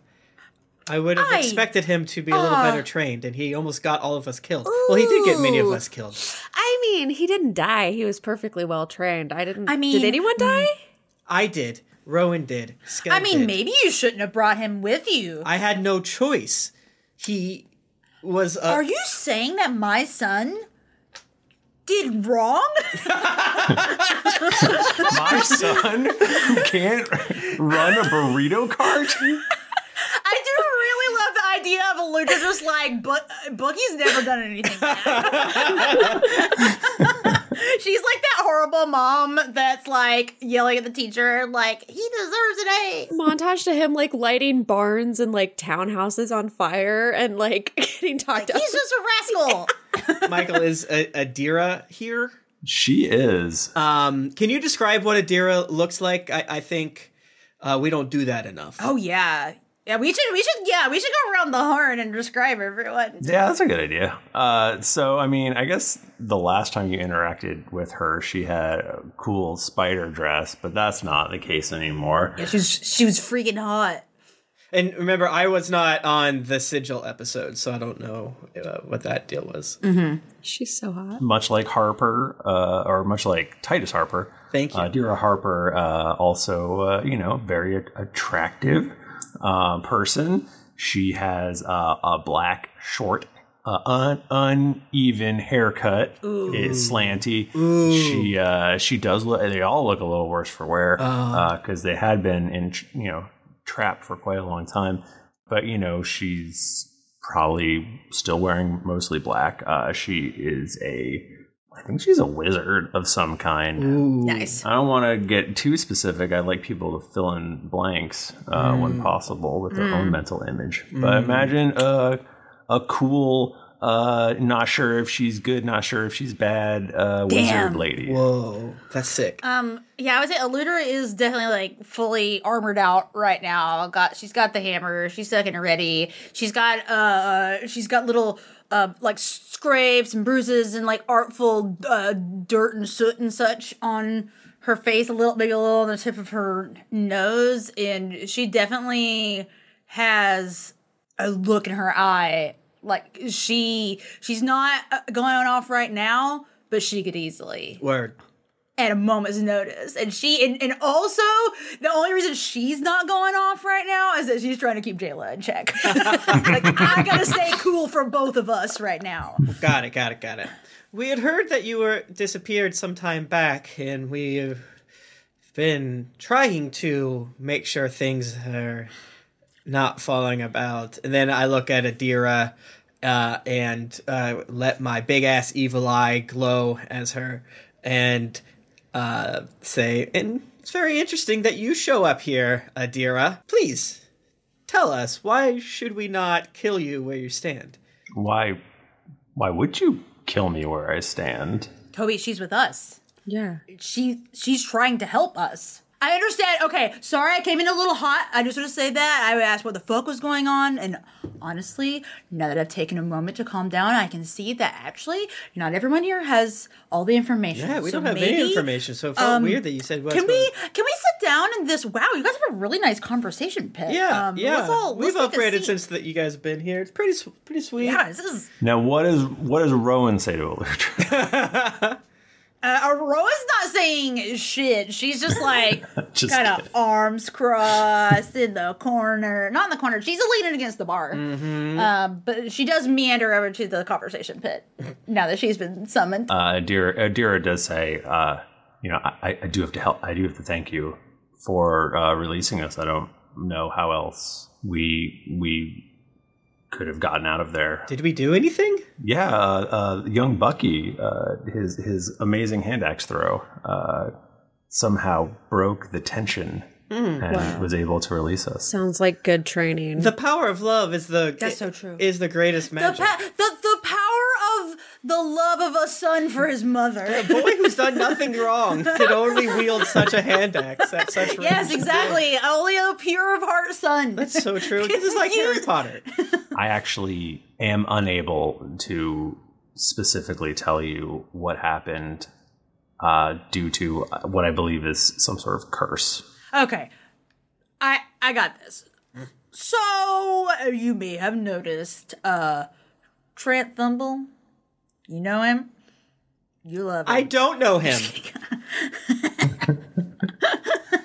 [SPEAKER 3] I would have
[SPEAKER 2] I-
[SPEAKER 3] expected him to be a little
[SPEAKER 4] Ah.
[SPEAKER 3] better trained, and he almost got all of us killed. Well, he did get many of
[SPEAKER 4] Ooh.
[SPEAKER 3] us killed.
[SPEAKER 4] I mean, he didn't die. He was perfectly well trained. I didn't.
[SPEAKER 2] I mean,
[SPEAKER 4] did anyone die?
[SPEAKER 3] I did. Rowan did. Skell
[SPEAKER 2] I mean,
[SPEAKER 3] did.
[SPEAKER 2] maybe you shouldn't have brought him with you.
[SPEAKER 3] I had no choice. He was. Uh,
[SPEAKER 2] Are you *laughs* saying that my son did wrong?
[SPEAKER 1] My son who can't run a burrito
[SPEAKER 2] *laughs*
[SPEAKER 1] cart?
[SPEAKER 2] I do really love the idea of a Luca just like, but Bookie's never done anything bad. *laughs* She's like that horrible mom that's like yelling at the teacher, like, he deserves an A.
[SPEAKER 4] Montage to him like lighting barns and like townhouses on fire and like *laughs* getting talked up.
[SPEAKER 2] He's just a
[SPEAKER 4] *laughs*
[SPEAKER 2] rascal.
[SPEAKER 3] Michael is a, Adira here.
[SPEAKER 1] She is.
[SPEAKER 3] Um, can you describe what Adira looks like? I, I think uh, we don't do that enough.
[SPEAKER 2] oh yeah. Yeah, we should we should yeah, we should go around the horn and describe everyone.
[SPEAKER 1] Yeah, that's a good idea. Uh, so, I mean, I guess the last time you interacted with her, she had a cool spider dress, but that's not the case anymore.
[SPEAKER 2] Yeah, she was she was freaking hot.
[SPEAKER 3] And remember, I was not on the sigil episode, so I don't know uh, what that deal was.
[SPEAKER 4] Mm-hmm. She's so hot.
[SPEAKER 1] Much like Harper, uh, or much like Titus Harper.
[SPEAKER 3] Thank you.
[SPEAKER 1] Uh, Dira Harper, uh, also, uh, you know, very a- attractive uh, person. She has uh, a black, short, uh, un- uneven haircut. It's slanty. She uh, she does look. They all look a little worse for wear
[SPEAKER 3] Uh,
[SPEAKER 1] because uh, they had been in you know trapped for quite a long time. But you know she's probably still wearing mostly black. Uh, she is a I think she's a wizard of some kind.
[SPEAKER 2] Nice.
[SPEAKER 1] I don't want to get too specific. I like people to fill in blanks uh,
[SPEAKER 3] Mm.
[SPEAKER 1] when possible with their
[SPEAKER 2] Mm.
[SPEAKER 1] own mental image. But imagine a a cool, uh, not sure if she's good, not sure if she's bad, uh,
[SPEAKER 2] Damn.
[SPEAKER 1] wizard lady.
[SPEAKER 3] Whoa, that's sick.
[SPEAKER 2] Um, yeah, I would say Eludra is definitely like fully armored out right now. Got she's got the hammer, she's second ready. She's got uh, she's got little uh, like scrapes and bruises and like artful uh, dirt and soot and such on her face, a little maybe a little on the tip of her nose, and she definitely has a look in her eye. Like she she's not uh, going off right now, but she could easily
[SPEAKER 3] Word.
[SPEAKER 2] at a moment's notice. And she and, and also the only reason she's not going off right now is that she's trying to keep Jayla in check. *laughs* like I gotta stay cool for both of us right now.
[SPEAKER 3] Got it, got it, got it. We had heard that you were disappeared some time back, and we've been trying to make sure things are not falling about. And then I look at Adira uh, and uh, let my big ass evil eye glow as her and uh, say, and it's very interesting that you show up here, Adira. Please tell us, why should we not kill you where you stand?
[SPEAKER 1] Why? Why would you kill me where I stand?
[SPEAKER 2] Toby, she's with us.
[SPEAKER 4] Yeah.
[SPEAKER 2] She she's trying to help us. I understand. Okay, sorry I came in a little hot. I just want to say that. I asked what the fuck was going on, and honestly, now that I've taken a moment to calm down, I can see that actually not everyone here has all the information.
[SPEAKER 3] Yeah, we
[SPEAKER 2] So
[SPEAKER 3] don't have
[SPEAKER 2] maybe-
[SPEAKER 3] any information, so it felt
[SPEAKER 2] um,
[SPEAKER 3] weird that you said. What's
[SPEAKER 2] Can we can we sit down and this? Wow, you guys have a really nice conversation, Pit.
[SPEAKER 3] Yeah,
[SPEAKER 2] Um,
[SPEAKER 3] yeah.
[SPEAKER 2] Let's all,
[SPEAKER 3] We've
[SPEAKER 2] let's take a
[SPEAKER 3] upgraded
[SPEAKER 2] seat.
[SPEAKER 3] since that you guys have been here. It's pretty, s- pretty sweet.
[SPEAKER 2] Yeah, this is.
[SPEAKER 1] Now, what is what does Rowan say to
[SPEAKER 3] *laughs*
[SPEAKER 1] Aludra?
[SPEAKER 2] Uh, Aurora's not saying shit. She's just
[SPEAKER 3] *laughs*
[SPEAKER 2] like
[SPEAKER 1] Just
[SPEAKER 2] kind of
[SPEAKER 1] kidding.
[SPEAKER 2] arms crossed in the corner. Not in the corner. She's leaning against the bar.
[SPEAKER 3] Mm-hmm.
[SPEAKER 2] Um, but she does meander over to the conversation pit now that she's been summoned.
[SPEAKER 1] uh, Adira, Adira does say, uh, you know, I, I do have to help. I do have to thank you for uh, releasing us. I don't know how else we we could have gotten out of there.
[SPEAKER 3] Did we do anything?
[SPEAKER 1] Yeah, uh, uh, young Bucky, uh, his his amazing hand axe throw uh, somehow broke the tension and was able to release us.
[SPEAKER 8] Sounds like good training.
[SPEAKER 3] The power of love is the
[SPEAKER 2] That's so true.
[SPEAKER 3] Is the greatest
[SPEAKER 2] The,
[SPEAKER 3] magic.
[SPEAKER 2] pa- the the power of the love of a son for his mother.
[SPEAKER 3] boy who's
[SPEAKER 2] *laughs*
[SPEAKER 3] done nothing wrong could only wield such a hand axe at such range.
[SPEAKER 2] yes, exactly. Only a pure of heart son.
[SPEAKER 3] That's
[SPEAKER 2] *laughs*
[SPEAKER 3] so true. This is like Harry Potter.
[SPEAKER 1] I actually am unable to specifically tell you what happened uh, due to what I believe is some sort of curse.
[SPEAKER 2] Okay. I I got this. So you may have noticed uh Trent Thumble. You know him? You love him.
[SPEAKER 3] I don't know him.
[SPEAKER 2] *laughs*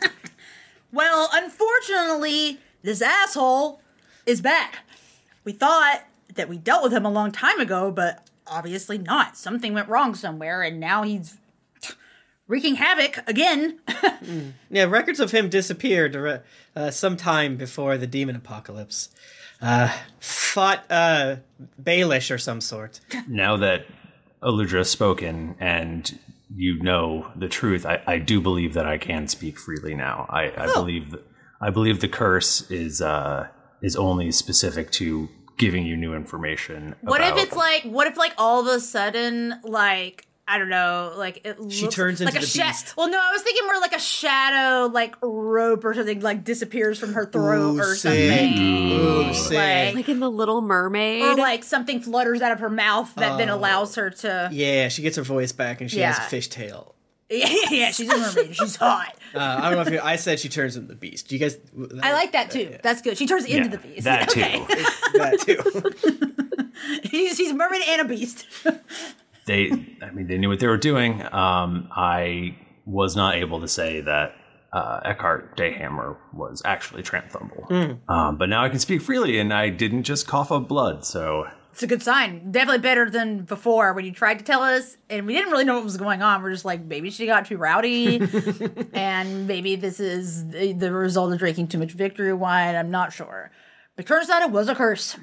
[SPEAKER 2] Well, unfortunately, this asshole is back. We thought that we dealt with him a long time ago, but obviously not. Something went wrong somewhere, and now he's wreaking havoc again.
[SPEAKER 3] Yeah, records of him disappeared uh, sometime before the demon apocalypse. Uh, fought uh, Baelish or some sort.
[SPEAKER 1] Now that Eludra has spoken and you know the truth, I, I do believe that I can speak freely now. I,
[SPEAKER 2] Oh.
[SPEAKER 1] I believe th- I believe the curse is uh, is only specific to giving you new information.
[SPEAKER 2] What if
[SPEAKER 1] about-
[SPEAKER 2] it's like? What if like all of a sudden, like I don't know, like it
[SPEAKER 1] She
[SPEAKER 2] looks
[SPEAKER 1] turns
[SPEAKER 2] like
[SPEAKER 1] into
[SPEAKER 2] a
[SPEAKER 1] the
[SPEAKER 2] sha-
[SPEAKER 1] beast.
[SPEAKER 2] Well, no, I was thinking more like a shadow, like rope or something, like disappears from her throat or something,
[SPEAKER 8] Like, in the Little Mermaid.
[SPEAKER 2] or like something flutters out of her mouth that
[SPEAKER 1] Oh.
[SPEAKER 2] then allows her
[SPEAKER 1] *laughs*
[SPEAKER 2] to.
[SPEAKER 3] Yeah, she gets her voice back and she has
[SPEAKER 2] Yeah.
[SPEAKER 3] a fish tail.
[SPEAKER 2] Yeah, *laughs* yeah, she's a mermaid. She's
[SPEAKER 1] *laughs*
[SPEAKER 2] hot.
[SPEAKER 3] Uh, I don't know if you, I said she turns into the beast. You guys, that,
[SPEAKER 2] I like that too. That's good. She turns into the beast. *laughs*
[SPEAKER 3] that too.
[SPEAKER 2] Okay.
[SPEAKER 3] that too.
[SPEAKER 2] she's, she's a mermaid and a beast. *laughs*
[SPEAKER 1] they i mean they knew what they were doing um i was not able to say that uh eckhart dayhammer was actually trant thumble um but now i can speak freely and i didn't just cough up blood so
[SPEAKER 2] It's a good sign. Definitely better than before when you tried to tell us and we didn't really know what was going on. We're just like, maybe she got too *laughs* rowdy and maybe this is the, the result of drinking too much victory wine. I'm not sure. But turns out it was a curse.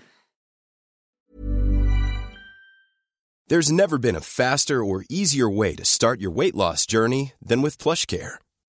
[SPEAKER 9] There's never been a faster or easier way to start your weight loss journey than with PlushCare.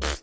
[SPEAKER 3] Pfft,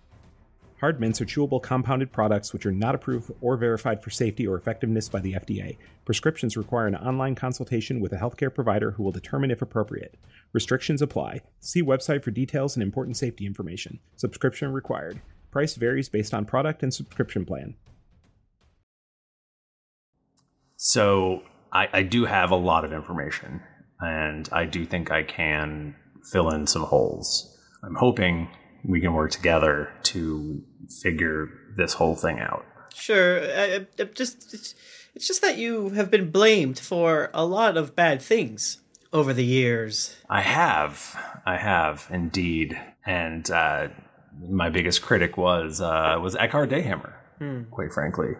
[SPEAKER 10] Hard mints are chewable compounded products which are not approved or verified for safety or effectiveness by the FDA. Prescriptions require an online consultation with a healthcare provider who will determine if appropriate. Restrictions apply. See website for details and important safety information. Subscription required. Price varies based on product and subscription plan.
[SPEAKER 1] So I, I do have a lot of information, and I do think I can fill in some holes. I'm hoping we can work together to figure this whole thing out.
[SPEAKER 3] Sure, I, I, I'm just it's, it's just that you have been blamed for a lot of bad things over the years.
[SPEAKER 1] I have, I have indeed, and uh, my biggest critic was uh, was Eckhard Dayhammer,
[SPEAKER 3] Hmm.
[SPEAKER 1] quite frankly,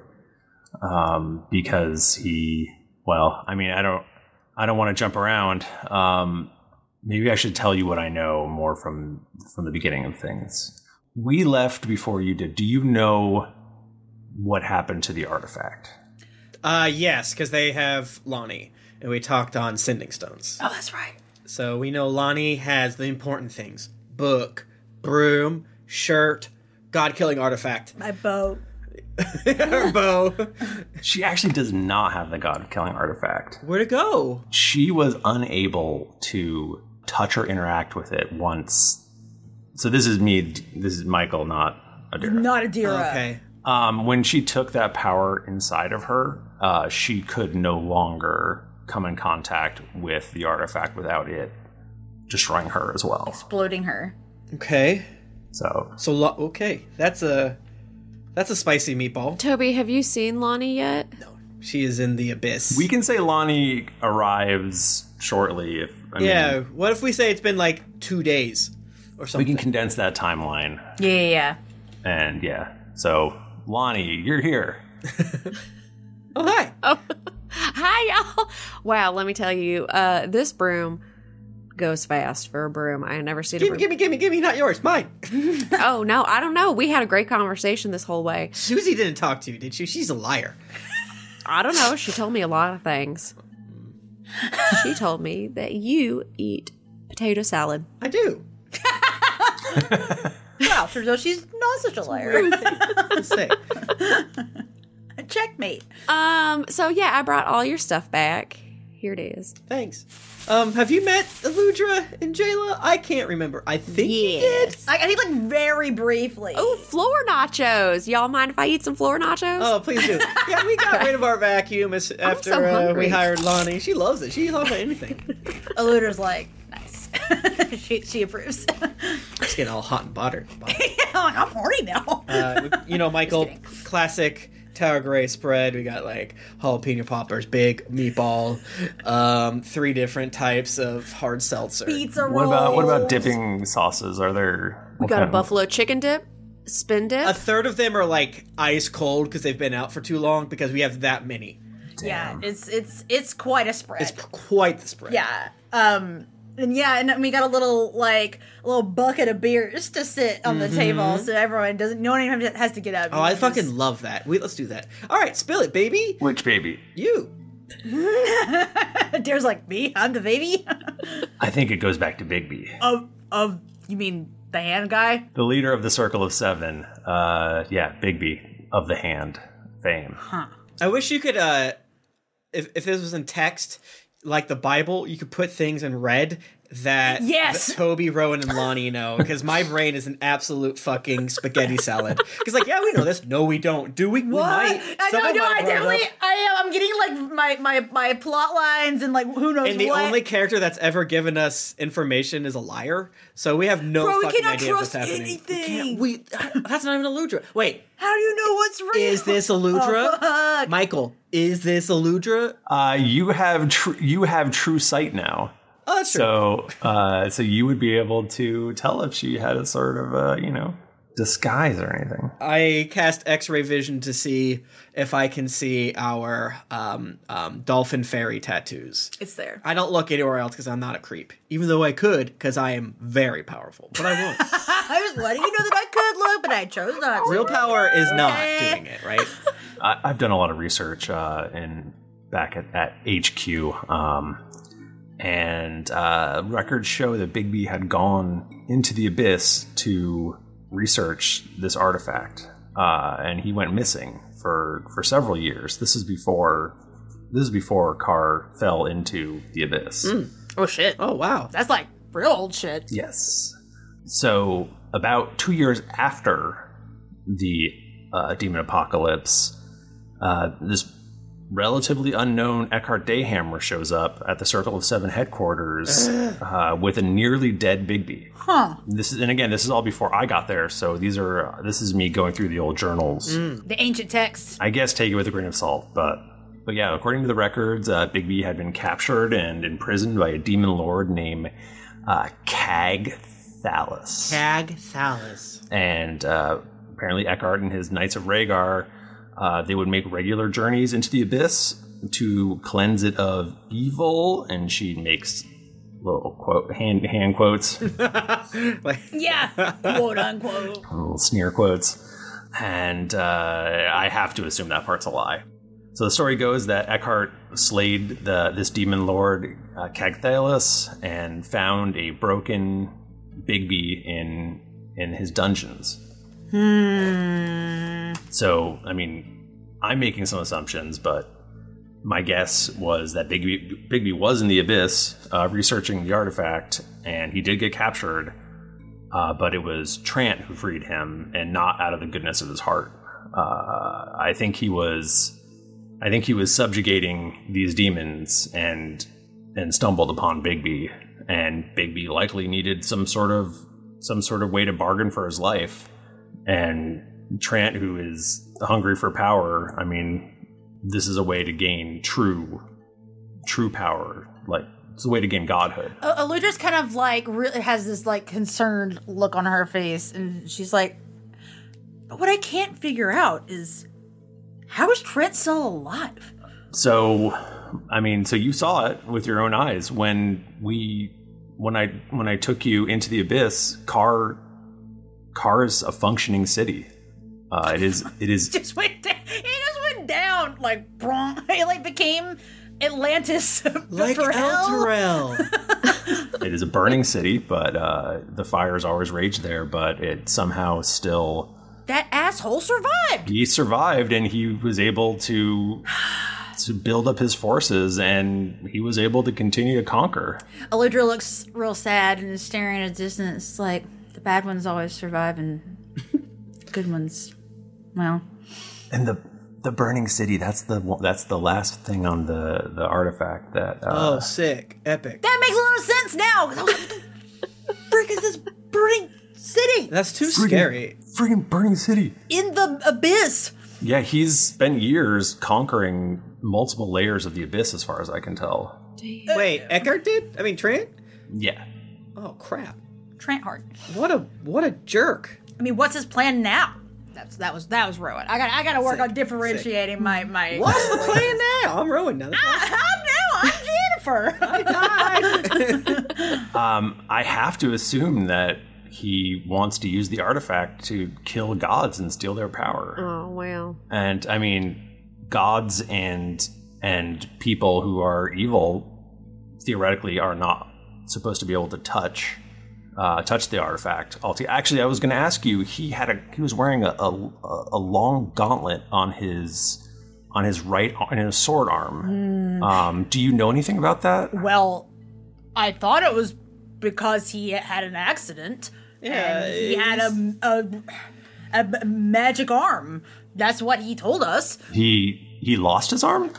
[SPEAKER 1] um, because he. Well, I mean, I don't, I don't want to jump around. Um, maybe I should tell you what I know more from from the beginning of things. We left before you did. Do you know what happened to the artifact?
[SPEAKER 3] Uh, yes, because they have Lonnie, and we talked on Sending Stones. Oh,
[SPEAKER 2] that's right.
[SPEAKER 3] So we know Lonnie has the important things book, broom, shirt, god killing artifact,
[SPEAKER 2] My bow.
[SPEAKER 3] her bow.
[SPEAKER 1] She actually does not have the god killing artifact.
[SPEAKER 3] Where'd it go?
[SPEAKER 1] She was unable to touch or interact with it once. So this is me. This is Michael, not Adira.
[SPEAKER 2] Not a deer.
[SPEAKER 1] Um, when she took that power inside of her, uh, she could no longer come in contact with the artifact without it destroying her as well.
[SPEAKER 2] Exploding her.
[SPEAKER 3] Okay.
[SPEAKER 1] So.
[SPEAKER 3] So lo- okay, that's a that's a spicy meatball.
[SPEAKER 4] Toby, have you seen Lonnie yet?
[SPEAKER 3] She is in the abyss.
[SPEAKER 1] We can say Lonnie arrives shortly. If I mean,
[SPEAKER 3] yeah. What if we say it's been like two days or
[SPEAKER 1] we
[SPEAKER 3] something?
[SPEAKER 1] can condense that timeline.
[SPEAKER 2] Yeah, yeah, yeah.
[SPEAKER 1] And yeah, so Lonnie, you're here.
[SPEAKER 3] Oh,
[SPEAKER 4] *laughs*
[SPEAKER 3] hi.
[SPEAKER 4] Hi, y'all. Wow, let me tell you, uh, this broom goes fast for a broom. I never seen a
[SPEAKER 3] Gimme,
[SPEAKER 4] broom.
[SPEAKER 3] gimme, gimme, gimme, not yours, mine. *laughs*
[SPEAKER 4] oh, no, I don't know. We had a great conversation this whole way.
[SPEAKER 3] Susie didn't talk to you, did she? She's a liar.
[SPEAKER 4] I don't know. She told me a lot of things. she told me that you eat potato salad.
[SPEAKER 3] I do.
[SPEAKER 2] *laughs* Wow, turns out she's not such a liar. *laughs* Checkmate.
[SPEAKER 4] Um, so yeah, I brought all your stuff back. Here it is.
[SPEAKER 3] Thanks. Um, have you met Eludra and Jayla? I can't remember. I think you did.
[SPEAKER 2] I, I think like very briefly.
[SPEAKER 4] Oh, floor nachos. Y'all mind if I eat some floor nachos?
[SPEAKER 3] Oh, please do. Yeah, we got rid of our vacuum as, after
[SPEAKER 4] so
[SPEAKER 3] uh, we
[SPEAKER 4] hungry.
[SPEAKER 3] hired Lonnie. She loves it. She's all about anything.
[SPEAKER 2] Eluder's like, nice. *laughs* she, she approves. *laughs*
[SPEAKER 3] It's getting all hot and butter.
[SPEAKER 2] I'm like, *laughs* I'm horny now.
[SPEAKER 3] Uh,
[SPEAKER 4] *laughs*
[SPEAKER 3] you know, Michael, classic Tower Gray spread. We got like jalapeno poppers, big meatball, um, three different types of hard seltzer.
[SPEAKER 2] Pizza
[SPEAKER 1] What about what about dipping sauces? Are there?
[SPEAKER 11] We
[SPEAKER 1] what
[SPEAKER 11] got a
[SPEAKER 1] kind of-
[SPEAKER 11] buffalo chicken dip, spin dip.
[SPEAKER 3] A third of them are like ice cold because they've been out for too long because we have that many.
[SPEAKER 2] Yeah, it's it's it's quite a spread.
[SPEAKER 3] It's p- quite the spread.
[SPEAKER 2] Yeah. Um and yeah, and we got a little like a little bucket of beers to sit on the table
[SPEAKER 3] Mhm.
[SPEAKER 2] so everyone doesn't no one even has to get up.
[SPEAKER 3] Oh, I fucking love that. We let's do that. All right, spill it, baby.
[SPEAKER 1] Which baby?
[SPEAKER 2] *laughs*
[SPEAKER 3] You.
[SPEAKER 2] Dare's like me, I'm the baby. *laughs*
[SPEAKER 1] I think it goes back to Bigby,
[SPEAKER 2] of of you mean the hand guy?
[SPEAKER 1] the leader of the Circle of Seven. Uh, yeah, Bigby of the Hand fame.
[SPEAKER 3] I wish you could. uh If if this was in text, like the Bible, you could put things in red. That
[SPEAKER 2] Yes! *laughs*
[SPEAKER 3] that Toby, Rowan, and Lonnie know because my brain is an absolute fucking spaghetti salad. Because like, yeah, we know this. No, we don't. Do we?
[SPEAKER 2] What?
[SPEAKER 3] We might.
[SPEAKER 2] I
[SPEAKER 3] Someone
[SPEAKER 2] don't know.
[SPEAKER 3] might
[SPEAKER 2] I
[SPEAKER 3] have brought it up.
[SPEAKER 2] definitely, I am. I'm getting like my my my plot lines and like who knows
[SPEAKER 3] And the
[SPEAKER 2] what.
[SPEAKER 3] only character that's ever given us information is a liar, so we have no
[SPEAKER 2] Bro, we
[SPEAKER 3] fucking
[SPEAKER 2] cannot
[SPEAKER 3] idea
[SPEAKER 2] trust
[SPEAKER 3] what's happening.
[SPEAKER 2] anything.
[SPEAKER 3] We, that's not even Eludra. Wait,
[SPEAKER 2] how do you know what's real? Uh-huh.
[SPEAKER 3] Is
[SPEAKER 2] *laughs*
[SPEAKER 3] this Eludra? Michael, is this Eludra?
[SPEAKER 1] Uh, you have tr- you have true sight now.
[SPEAKER 3] Oh, that's true.
[SPEAKER 1] so uh, so you would be able to tell if she had a sort of uh, you know disguise or anything.
[SPEAKER 3] I cast X-ray vision to see if I can see our um, um, dolphin fairy tattoos.
[SPEAKER 2] It's there.
[SPEAKER 3] I don't look anywhere else because I'm not a creep, even though I could because I am very powerful. But I
[SPEAKER 2] *laughs*
[SPEAKER 3] won't. *laughs*
[SPEAKER 2] I was letting you know that I could look, but I chose not. to.
[SPEAKER 3] Real power is not
[SPEAKER 2] Okay.
[SPEAKER 3] doing it, right?
[SPEAKER 1] I, I've done a lot of research uh, in back at, at HQ, um, and uh, records show that Bigby had gone into the abyss to research this artifact, uh, and he went missing for for several years. This is before this is before Carr fell into the abyss.
[SPEAKER 2] Oh shit.
[SPEAKER 3] Oh wow.
[SPEAKER 2] That's like real old shit.
[SPEAKER 1] Yes. So, about two years after the uh, demon apocalypse, uh, this relatively unknown Eckhart Dayhammer shows up at the Circle of Seven headquarters uh, with a nearly dead Bigby.
[SPEAKER 2] Huh.
[SPEAKER 1] This is, and again, this is all before I got there. So these are this is me going through the old journals.
[SPEAKER 2] Mm. The ancient
[SPEAKER 3] *laughs*
[SPEAKER 2] texts.
[SPEAKER 1] I guess take it with a grain of salt, but but yeah, according to the records, uh, Bigby had been captured and imprisoned by a demon lord named uh, Cag Thalus,
[SPEAKER 3] Cag Thalus.
[SPEAKER 1] and uh, apparently Eckhart and his Knights of Rhaegar, uh, they would make regular journeys into the abyss to cleanse it of evil, and she makes little quote hand hand quotes
[SPEAKER 2] Yeah. Quote unquote.
[SPEAKER 1] little sneer quotes. And uh, I have to assume that part's a lie. So the story goes that Eckhart slayed the, this demon lord uh, Cagthalus and found a broken Bigby in in his dungeons.
[SPEAKER 2] Hmm.
[SPEAKER 1] So I mean, I'm making some assumptions, but my guess was that Bigby, Bigby was in the abyss uh, researching the artifact, and he did get captured. Uh, but it was Trant who freed him, and not out of the goodness of his heart. Uh, I think he was, I think he was subjugating these demons, and and stumbled upon Bigby, and Bigby likely needed some sort of some sort of way to bargain for his life, and Trant, who is hungry for power, I mean, this is a way to gain true, true power. Like it's a way to gain godhood.
[SPEAKER 2] Uh, Eludra's kind of like really has this like concerned look on her face, and she's like, "What I can't figure out is how is Trent still alive?" *laughs*
[SPEAKER 1] So, I mean, so you saw it with your own eyes when we, when I, when I took you into the abyss. Car, Car is a functioning city. Uh, it is. It is.
[SPEAKER 2] Just went down. It just went down like bronk. *laughs* It like became Atlantis *laughs*
[SPEAKER 3] Like
[SPEAKER 2] for hell.
[SPEAKER 3] Elturel.
[SPEAKER 1] it is a burning city, but uh, the fires always rage there. But it somehow still.
[SPEAKER 2] That asshole survived.
[SPEAKER 1] he survived and he was able to to build up his forces and he was able to continue to conquer.
[SPEAKER 2] Eludra looks real sad and is staring at distance, like the bad *laughs* ones always survive and good ones, well.
[SPEAKER 1] And the the burning city. That's the one- that's the last thing on the the artifact that.
[SPEAKER 3] Oh,
[SPEAKER 1] Uh,
[SPEAKER 3] sick. Epic.
[SPEAKER 2] That makes a lot of sense now. 'cause I was like, what the *laughs* frick is this burning city?
[SPEAKER 3] That's too
[SPEAKER 1] Friggin-
[SPEAKER 3] scary.
[SPEAKER 1] Freaking burning city.
[SPEAKER 2] In the abyss.
[SPEAKER 1] Yeah, he's spent years conquering multiple layers of the abyss, as far as I can tell.
[SPEAKER 3] Wait, Eckhart did? I mean, Trant?
[SPEAKER 1] Yeah.
[SPEAKER 3] Oh, crap.
[SPEAKER 2] Trant Hart.
[SPEAKER 3] What a what a jerk.
[SPEAKER 2] I mean, what's his plan now? That's that was that was Rowan. I got I got to work on differentiating my my.
[SPEAKER 3] What's the
[SPEAKER 2] *laughs*
[SPEAKER 3] plan now? I'm Rowan now.
[SPEAKER 2] I, I know. I'm Jennifer.
[SPEAKER 1] Um, I have to assume that he wants to use the artifact to kill gods and steal their power.
[SPEAKER 4] Oh wow.
[SPEAKER 1] and i mean gods and and people who are evil theoretically are not supposed to be able to touch uh, touch the artifact Alti. Actually, I was going to ask you. He had a he was wearing a, a a long gauntlet on his on his right ar- and his sword arm.
[SPEAKER 2] Mm.
[SPEAKER 1] Um, do you know anything about that?
[SPEAKER 2] Well, I thought it was because he had an accident.
[SPEAKER 3] Yeah,
[SPEAKER 2] and he had a, a, a magic arm. That's what he told us.
[SPEAKER 1] He he lost his arm.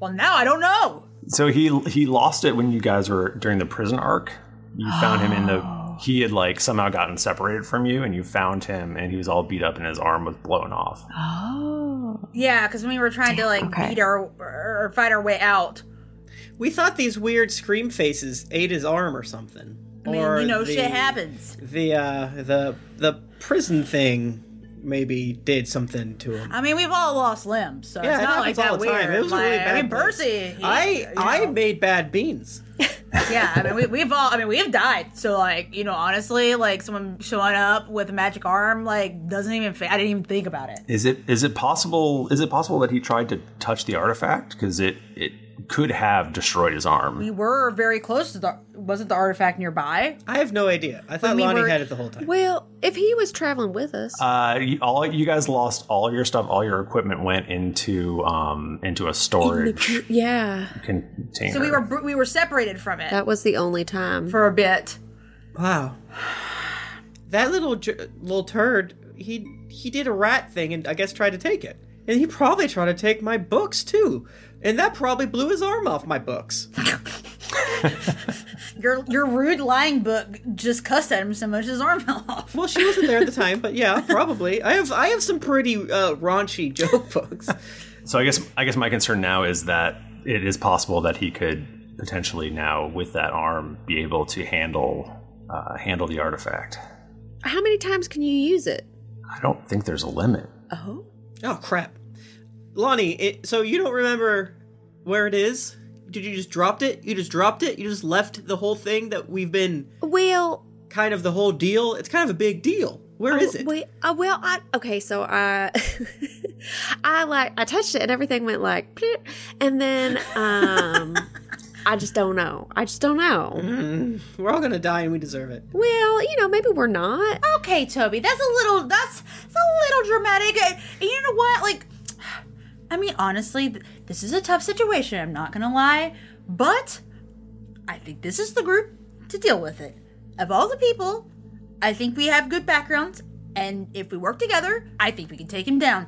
[SPEAKER 2] Well, now I don't know.
[SPEAKER 1] So he he lost it when you guys were during the prison arc. You found him in the he had like somehow gotten separated from you, and you found him, and he was all beat up, and his arm was blown off.
[SPEAKER 2] Oh. Yeah, because when we were trying to like
[SPEAKER 1] okay.
[SPEAKER 2] beat our or fight our way out,
[SPEAKER 3] We thought these weird scream faces ate his arm or something.
[SPEAKER 2] I mean,
[SPEAKER 3] or
[SPEAKER 2] you know,
[SPEAKER 3] the,
[SPEAKER 2] shit happens.
[SPEAKER 3] The uh, the the prison thing maybe did something to him.
[SPEAKER 2] I mean, we've all lost limbs, so
[SPEAKER 3] Yeah,
[SPEAKER 2] it's
[SPEAKER 3] it
[SPEAKER 2] not like
[SPEAKER 3] happens all
[SPEAKER 2] that
[SPEAKER 3] the
[SPEAKER 2] weird.
[SPEAKER 3] time. It was a
[SPEAKER 2] like,
[SPEAKER 3] really
[SPEAKER 2] I
[SPEAKER 3] bad
[SPEAKER 2] mean,
[SPEAKER 3] place.
[SPEAKER 2] Percy. he-
[SPEAKER 3] I I made bad beans.
[SPEAKER 2] yeah, I mean, we, we've all, I mean, we've died. So, like, you know, honestly, like, someone showing up with a magic arm, like, doesn't even, fa- I didn't even think about it.
[SPEAKER 1] Is it is it possible? Is it possible that he tried to touch the artifact because it it could have destroyed his arm?
[SPEAKER 2] We were very close to the, wasn't the artifact nearby?
[SPEAKER 3] I have no idea. I
[SPEAKER 1] thought Lonnie had it
[SPEAKER 3] the whole time.
[SPEAKER 4] Well, if he was traveling with us,
[SPEAKER 1] Uh, you, all you guys lost all your stuff. All your equipment went into um into a storage
[SPEAKER 4] yeah,
[SPEAKER 1] container.
[SPEAKER 2] So we were, br- we were separated from it.
[SPEAKER 4] that was the only time
[SPEAKER 2] for a bit.
[SPEAKER 3] Wow. That little j- little turd, he he did a rat thing and I guess tried to take it. And he probably tried to take my books too. And that probably blew his arm off my books.
[SPEAKER 2] Your, your rude lying book just cussed at him so much his arm *laughs* fell off.
[SPEAKER 3] Well, she wasn't there at the time, but yeah, probably. I have I have some pretty uh, raunchy *laughs* joke books.
[SPEAKER 1] So I guess I guess my concern now is that it is possible that he could potentially now, with that arm, be able to handle uh, handle the artifact.
[SPEAKER 4] How many times can you use it?
[SPEAKER 1] I don't think there's a limit.
[SPEAKER 3] Oh crap, Lonnie. It, so you don't remember where it is? Did you just dropped it? You just dropped it? You just left the whole thing that we've been
[SPEAKER 4] well,
[SPEAKER 3] kind of the whole deal. It's kind of a big deal. Where is it?
[SPEAKER 4] Wait, uh, well, I okay, so I, *laughs* I like I touched it and everything went like, *laughs* "Pew," and then
[SPEAKER 2] *laughs*
[SPEAKER 4] um, I just don't know. I just don't know.
[SPEAKER 3] We're all gonna die and we deserve it.
[SPEAKER 4] Well, you know, maybe we're not.
[SPEAKER 2] Okay, Toby, that's a little that's, that's a little dramatic. And, and you know what? Like, I mean, honestly, th- this is a tough situation. I'm not gonna lie, but I think this is the group to deal with it. Of all the people, I think we have good backgrounds, and if we work together, I think we can take him down.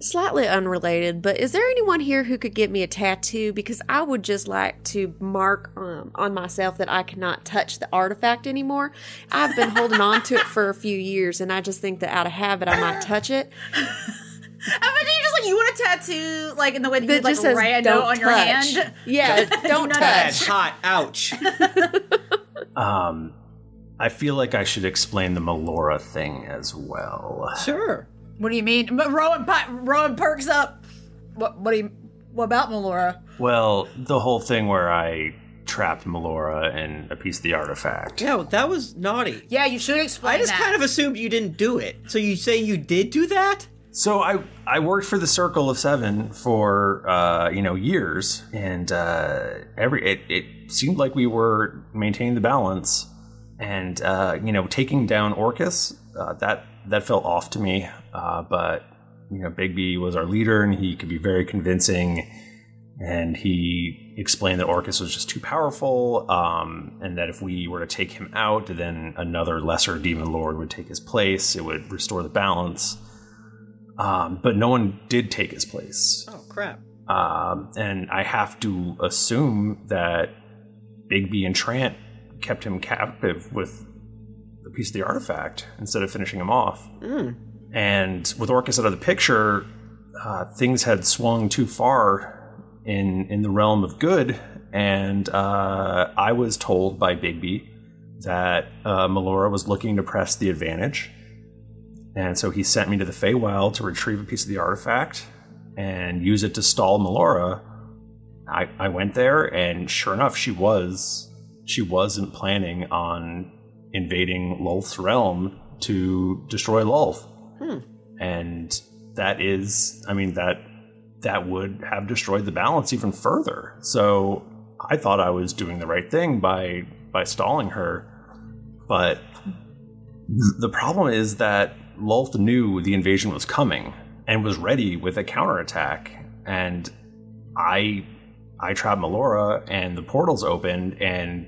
[SPEAKER 4] Slightly unrelated, but is there anyone here who could get me a tattoo? Because I would just like to mark um, on myself that I cannot touch the artifact anymore. I've been holding on to it for a few years, and I just think that out of habit I might touch it.
[SPEAKER 2] I mean, you just like you want a tattoo, like in the way that,
[SPEAKER 4] That
[SPEAKER 2] you
[SPEAKER 4] just
[SPEAKER 2] like
[SPEAKER 4] says,
[SPEAKER 2] write a
[SPEAKER 4] "Don't
[SPEAKER 2] note on your
[SPEAKER 4] touch."
[SPEAKER 2] hand. *laughs*
[SPEAKER 4] Yeah, don't
[SPEAKER 1] touch.
[SPEAKER 3] Hot. Ouch.
[SPEAKER 1] Um, I feel like I should explain the Melora thing as well.
[SPEAKER 3] Sure.
[SPEAKER 2] What do you mean? But Rowan, pi- Rowan perks up. What? What do you? What about Melora?
[SPEAKER 1] Well, the whole thing where I trapped Melora in a piece of the artifact.
[SPEAKER 3] Yeah, that was naughty.
[SPEAKER 2] Yeah, you should explain.
[SPEAKER 3] I just
[SPEAKER 2] that.
[SPEAKER 3] kind of assumed you didn't do it. So you say you did do that?
[SPEAKER 1] So I I worked for the Circle of Seven for uh, you know years, and uh, every it, it seemed like we were maintaining the balance, and uh, you know taking down Orcus uh, that that felt off to me, uh, but you know Bigby was our leader and he could be very convincing, and he explained that Orcus was just too powerful, um, and that if we were to take him out, then another lesser demon lord would take his place. It would restore the balance. um, but no one did take his place.
[SPEAKER 3] Oh crap!
[SPEAKER 1] Um, and I have to assume that Bigby and Trant kept him captive with a piece of the artifact instead of finishing him off.
[SPEAKER 3] Mm.
[SPEAKER 1] And with Orcus out of the picture, uh, things had swung too far in in the realm of good. And uh, I was told by Bigby that uh, Melora was looking to press the advantage. And so he sent me to the Feywild to retrieve a piece of the artifact and use it to stall Melora. I, I went there, and sure enough, she was she wasn't planning on invading Lolth's realm to destroy Lolth,
[SPEAKER 3] Hmm.
[SPEAKER 1] and that is, I mean that that would have destroyed the balance even further. So I thought I was doing the right thing by by stalling her, but the problem is that Lolth knew the invasion was coming and was ready with a counterattack. And I I trapped Melora and the portals opened and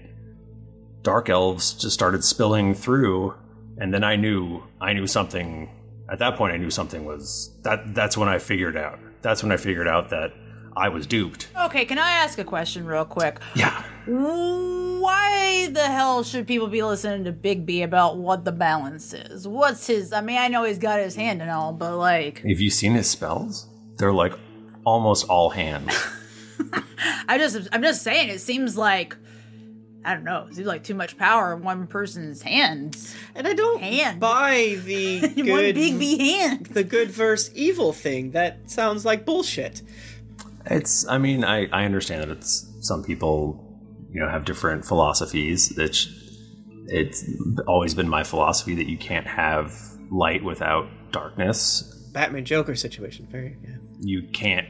[SPEAKER 1] dark elves just started spilling through and then I knew I knew something at that point I knew something was that that's when I figured out. That's when I figured out that I was duped.
[SPEAKER 2] Okay, can I ask a question real quick?
[SPEAKER 1] Yeah.
[SPEAKER 2] Why the hell should people be listening to Big B about what the balance is? What's his? I mean, I know he's got his hand and all, but like,
[SPEAKER 1] Have you seen his spells? They're like almost all *laughs* hand.
[SPEAKER 2] I just, I'm just saying, it seems like, I don't know, it seems like too much power in one person's hands.
[SPEAKER 3] And I don't
[SPEAKER 2] hand.
[SPEAKER 3] buy
[SPEAKER 2] *laughs*
[SPEAKER 3] the
[SPEAKER 2] One
[SPEAKER 3] good
[SPEAKER 2] Big B hand.
[SPEAKER 3] The good versus evil thing that sounds like bullshit.
[SPEAKER 1] It's. I mean, I I understand that it's some people, you know, have different philosophies. It's it's always been my philosophy that you can't have light without darkness.
[SPEAKER 3] Batman Joker situation. Very. Yeah.
[SPEAKER 1] You can't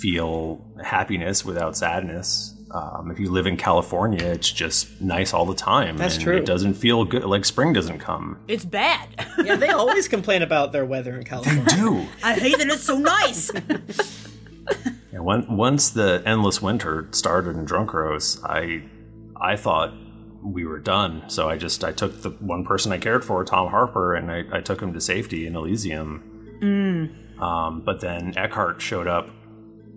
[SPEAKER 1] feel happiness without sadness. Um, if you live in California, it's just nice all the time.
[SPEAKER 3] That's
[SPEAKER 1] and
[SPEAKER 3] true.
[SPEAKER 1] It doesn't feel good. Like spring doesn't come.
[SPEAKER 2] It's bad.
[SPEAKER 3] *laughs* yeah, they always complain about their weather in California.
[SPEAKER 1] Do
[SPEAKER 2] I hate that it's so nice.
[SPEAKER 1] Yeah, when, once the endless winter started in Drunkros, I I thought we were done. So I just I took the one person I cared for, Tom Harper, and I, I took him to safety in Elysium.
[SPEAKER 2] Mm.
[SPEAKER 1] Um, but then Eckhart showed up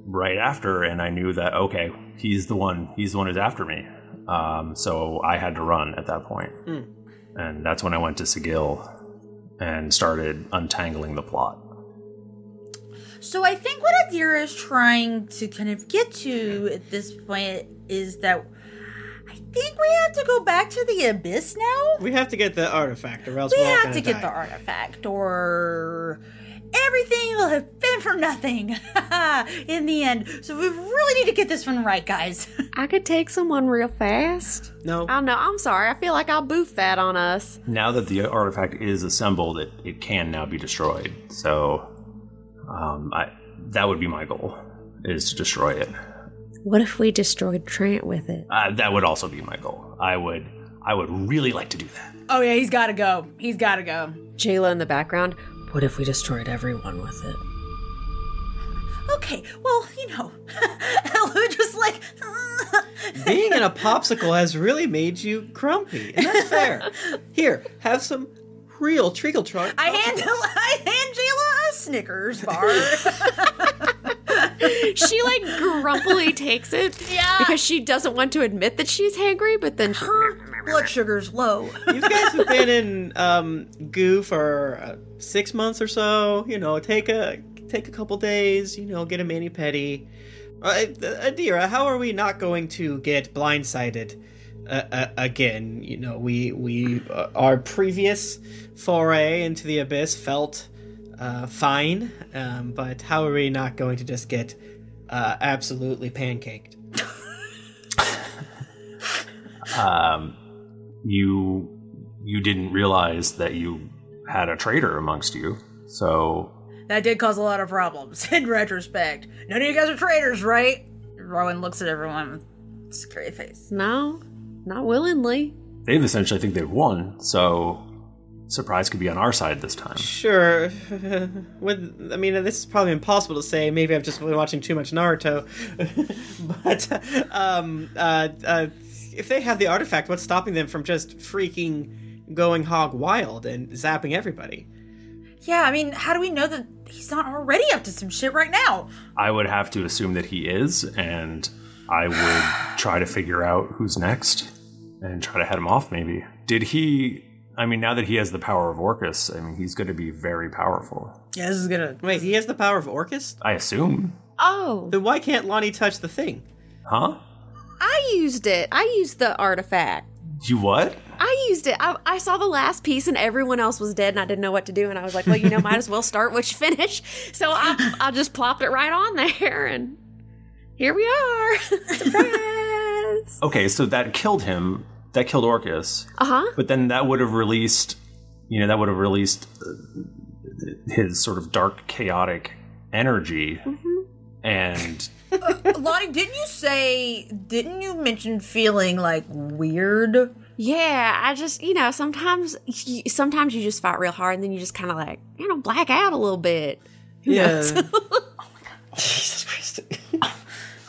[SPEAKER 1] right after, and I knew that okay, he's the one. He's the one who's after me. Um, so I had to run at that point,
[SPEAKER 3] Hmm.
[SPEAKER 1] and that's when I went to Sigil and started untangling the plot.
[SPEAKER 2] So I think what Adira is trying to kind of get to at this point is that I think we have to go back to the abyss now.
[SPEAKER 3] *laughs* We have to get the artifact, or else
[SPEAKER 2] We
[SPEAKER 3] are all
[SPEAKER 2] have
[SPEAKER 3] gonna
[SPEAKER 2] to get
[SPEAKER 3] die.
[SPEAKER 2] the artifact, or everything will have been for nothing *laughs* in the end. So we really need to get this one right, guys.
[SPEAKER 4] I could take someone real fast.
[SPEAKER 3] No.
[SPEAKER 4] I don't know. I'm sorry. I feel like I'll boof that on us.
[SPEAKER 1] now that the artifact is assembled, it, it can now be destroyed. So, um, I that would be my goal is to destroy it.
[SPEAKER 4] What if we destroyed Trant with it?
[SPEAKER 1] Uh, that would also be my goal. I would I would really like to do that.
[SPEAKER 2] Oh yeah, he's got to go. He's got to go.
[SPEAKER 4] Jayla in the background.
[SPEAKER 12] What if we destroyed everyone with it?
[SPEAKER 2] Okay, well, you know, *laughs* Eludra's like,
[SPEAKER 3] Being in a popsicle has really made you grumpy, and
[SPEAKER 2] *laughs*
[SPEAKER 3] that's fair. Here, have some real treacle trunk.
[SPEAKER 2] I hand, *laughs* I hand Jayla a Snickers bar.
[SPEAKER 4] she like grumpily takes it
[SPEAKER 2] yeah.
[SPEAKER 4] because she doesn't want to admit that she's hangry, but then
[SPEAKER 2] her blood sugar's low.
[SPEAKER 3] You guys have been in um, goo for uh, six months or so. You know, take a take a couple days. You know, get a mani pedi. Uh, Adira, how are we not going to get blindsided uh, uh, again? You know, we we uh, our previous foray into the abyss felt uh, fine, um, but how are we not going to just get uh, absolutely pancaked?
[SPEAKER 1] Um, you you didn't realize that you had a traitor amongst you. So
[SPEAKER 2] That did cause a lot of problems *laughs* in retrospect. None of you guys are traitors, right? Rowan looks at everyone with a scary face.
[SPEAKER 4] No, not willingly.
[SPEAKER 1] they've essentially think they've won. So surprise could be on our side this time.
[SPEAKER 3] Sure. *laughs* With I mean, this is probably impossible to say. Maybe I've just been watching too much Naruto. *laughs* but um, uh, uh, if they have the artifact, what's stopping them from just freaking going hog wild and zapping everybody?
[SPEAKER 2] Yeah, I mean, how do we know that he's not already up to some shit right now?
[SPEAKER 1] I would have to assume that he is, and I would try to figure out who's next and try to head him off, maybe. Did he. I mean, now that he has the power of Orcus, I mean, he's going to be very powerful.
[SPEAKER 2] Yeah, this is gonna.
[SPEAKER 3] Wait, he has the power of Orcus?
[SPEAKER 1] I assume.
[SPEAKER 4] Oh.
[SPEAKER 3] Then why can't Lonnie touch the thing?
[SPEAKER 1] Huh?
[SPEAKER 4] I used it. I used the artifact.
[SPEAKER 1] You what?
[SPEAKER 4] I used it. I, I saw the last piece and everyone else was dead and I didn't know what to do. And I was like, well, you know, might as well start what you finish. So I, I just plopped it right on there and here we are. Surprise.
[SPEAKER 1] Okay, so that killed him. That killed Orcus.
[SPEAKER 4] Uh huh.
[SPEAKER 1] But then that would have released, you know, that would have released uh, his sort of dark, chaotic energy.
[SPEAKER 2] Mm-hmm.
[SPEAKER 1] And
[SPEAKER 2] *laughs* Uh, Lonnie, didn't you say? Didn't you mention feeling like weird?
[SPEAKER 4] Yeah, I just, you know, sometimes you, sometimes you just fight real hard and then you just kind of like, you know, black out a little bit. Who
[SPEAKER 3] Yeah.
[SPEAKER 4] knows? *laughs*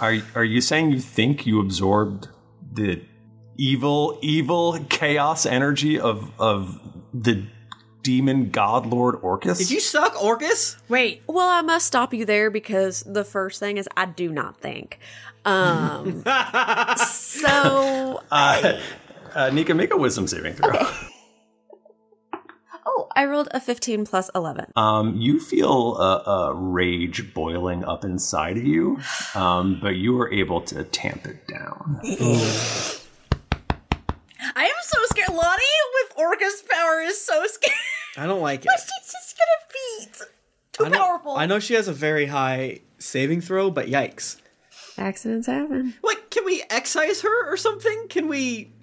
[SPEAKER 1] are, are you saying you think you absorbed the evil, evil chaos energy of, of the demon god lord Orcus? *laughs*
[SPEAKER 3] suck, Orcus?
[SPEAKER 2] Wait.
[SPEAKER 4] Well, I must stop you there because the first thing is I do not think.
[SPEAKER 3] *laughs*
[SPEAKER 4] Um, so
[SPEAKER 1] Uh, uh, Nika, make a wisdom saving throw.
[SPEAKER 4] oh, I rolled a 15 plus 11.
[SPEAKER 1] Um, you feel a, a rage boiling up inside of you, um, but you are able to tamp it down.
[SPEAKER 2] I am so scared. Lonnie with Orca's power is so scared.
[SPEAKER 3] I
[SPEAKER 2] *laughs*
[SPEAKER 3] don't like it.
[SPEAKER 2] But she's just gonna beat. Too
[SPEAKER 3] I know,
[SPEAKER 2] powerful.
[SPEAKER 3] I know she has a very high saving throw, but yikes.
[SPEAKER 4] Accidents happen.
[SPEAKER 3] Like, can we excise her or something? Can we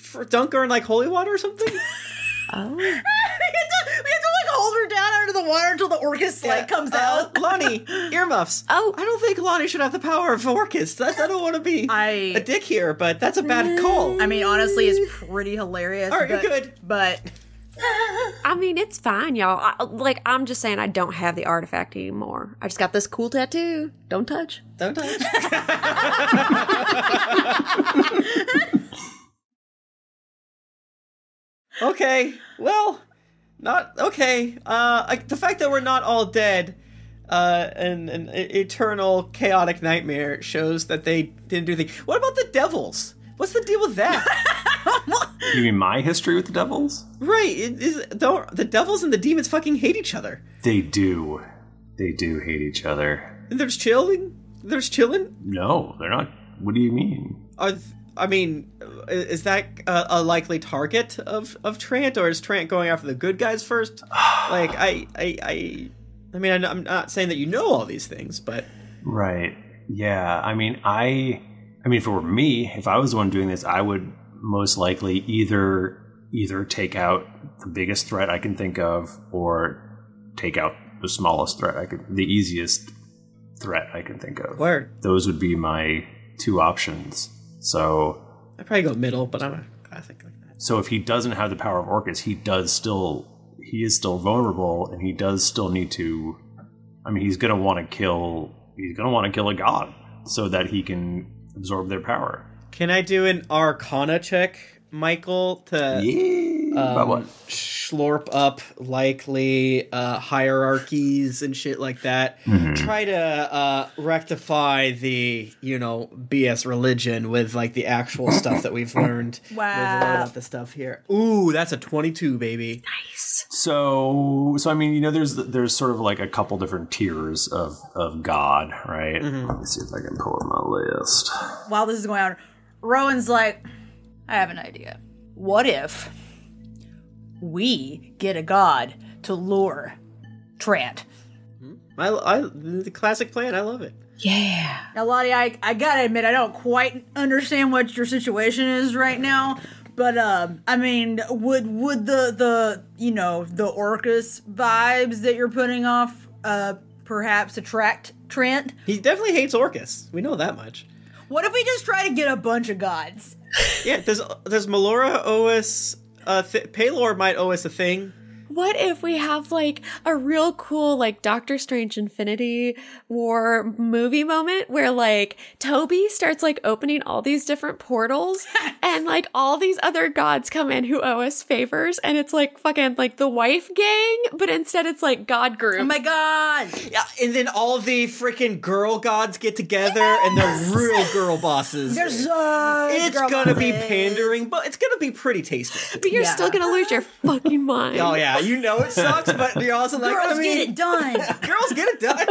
[SPEAKER 3] for dunk her in like holy water
[SPEAKER 2] *laughs*
[SPEAKER 3] or
[SPEAKER 2] we,
[SPEAKER 3] something?
[SPEAKER 2] have to, we have to like hold her down under the water until the Orcus like comes out. *laughs*
[SPEAKER 3] Uh, Lonnie, earmuffs.
[SPEAKER 4] Oh,
[SPEAKER 3] I don't think Lonnie should have the power of Orcus. That, I don't want to be
[SPEAKER 2] I-
[SPEAKER 3] a dick here, but that's a bad call.
[SPEAKER 2] I mean, honestly, it's pretty hilarious.
[SPEAKER 3] All right,
[SPEAKER 2] but,
[SPEAKER 3] you're good.
[SPEAKER 2] But
[SPEAKER 4] I mean, it's fine, y'all. I, like, I'm just saying I don't have the artifact anymore. I just got this cool tattoo. Don't touch.
[SPEAKER 3] Don't touch. okay. Well, not okay. Uh, I, the fact that we're not all dead, uh, and an eternal chaotic nightmare shows that they didn't do the. What about the devils? What's the deal with that?
[SPEAKER 1] You mean my history with the devils?
[SPEAKER 3] right? It, is don't the devils and the demons fucking hate each other?
[SPEAKER 1] They do. They do hate each other.
[SPEAKER 3] And there's chilling. There's chilling.
[SPEAKER 1] No, they're not. What do you mean?
[SPEAKER 3] Are th- I mean, i- is that a, a likely target of of Trant, or is Trant going after the good guys *sighs* first? like, I, I, I, I mean, I'm- I'm not saying that you know all these things, but
[SPEAKER 1] Right. Yeah. I mean, I. I mean, if it were me, if I was the one doing this, I would most likely either either take out the biggest threat I can think of, or take out the smallest threat I could, the easiest threat I can think of.
[SPEAKER 3] Word.
[SPEAKER 1] Those would be my two options. So,
[SPEAKER 3] I probably go middle. But I'm a classic.
[SPEAKER 1] so if he doesn't have the power of Orcus, he does still he is still vulnerable, and he does still need to. I mean, he's gonna want to kill. He's gonna want to kill a god so that he can absorb their power.
[SPEAKER 3] Can I do an Arcana check, Michael, to um,
[SPEAKER 1] about what?
[SPEAKER 3] Slurp up likely uh, hierarchies and shit like that.
[SPEAKER 1] Mm-hmm.
[SPEAKER 3] Try to uh, rectify the you know BS religion with like
[SPEAKER 1] *laughs*
[SPEAKER 3] the actual stuff that we've learned. We've learned
[SPEAKER 2] wow.
[SPEAKER 3] about the stuff here. Ooh, that's a twenty-two, baby.
[SPEAKER 1] So, so I mean, you know, there's there's sort of like a couple different tiers of of God, right?
[SPEAKER 3] Mm-hmm.
[SPEAKER 1] Let me see if I can pull up my list.
[SPEAKER 2] while this is going on, Rowan's like, I have an idea. What if we get a god to lure Trant?
[SPEAKER 3] I, I, the classic plan. I love it.
[SPEAKER 2] Yeah. Now, Lottie, I, I gotta admit, I don't quite understand what your situation is right now. But um, I mean, would would the the you know the Orcus vibes that you're putting off uh perhaps attract Trent?
[SPEAKER 3] He definitely hates Orcus. We know that much.
[SPEAKER 2] What if we just try to get a bunch of gods?
[SPEAKER 3] Yeah, does does Melora owe us? Uh, th- Paylor might owe us a thing.
[SPEAKER 4] What if we have like a real cool like Doctor Strange Infinity War movie moment where like Toby starts like opening all these different
[SPEAKER 2] *laughs*
[SPEAKER 4] portals and like all these other gods come in who owe us favors and it's like fucking like the wife gang but instead it's like god group.
[SPEAKER 2] Oh my god.
[SPEAKER 3] Yeah, and then all the freaking girl gods get together and they're real girl bosses.
[SPEAKER 2] There's uh
[SPEAKER 3] it's
[SPEAKER 2] girl
[SPEAKER 3] gonna be
[SPEAKER 2] bosses.
[SPEAKER 3] pandering, but it's gonna be pretty tasteful.
[SPEAKER 4] But you're
[SPEAKER 3] Yeah.
[SPEAKER 4] still going to lose your fucking mind.
[SPEAKER 3] Oh yeah, you know it sucks, but you're also like,
[SPEAKER 4] Girls
[SPEAKER 3] I mean,
[SPEAKER 4] get it
[SPEAKER 2] done.
[SPEAKER 3] *laughs* girls get it done.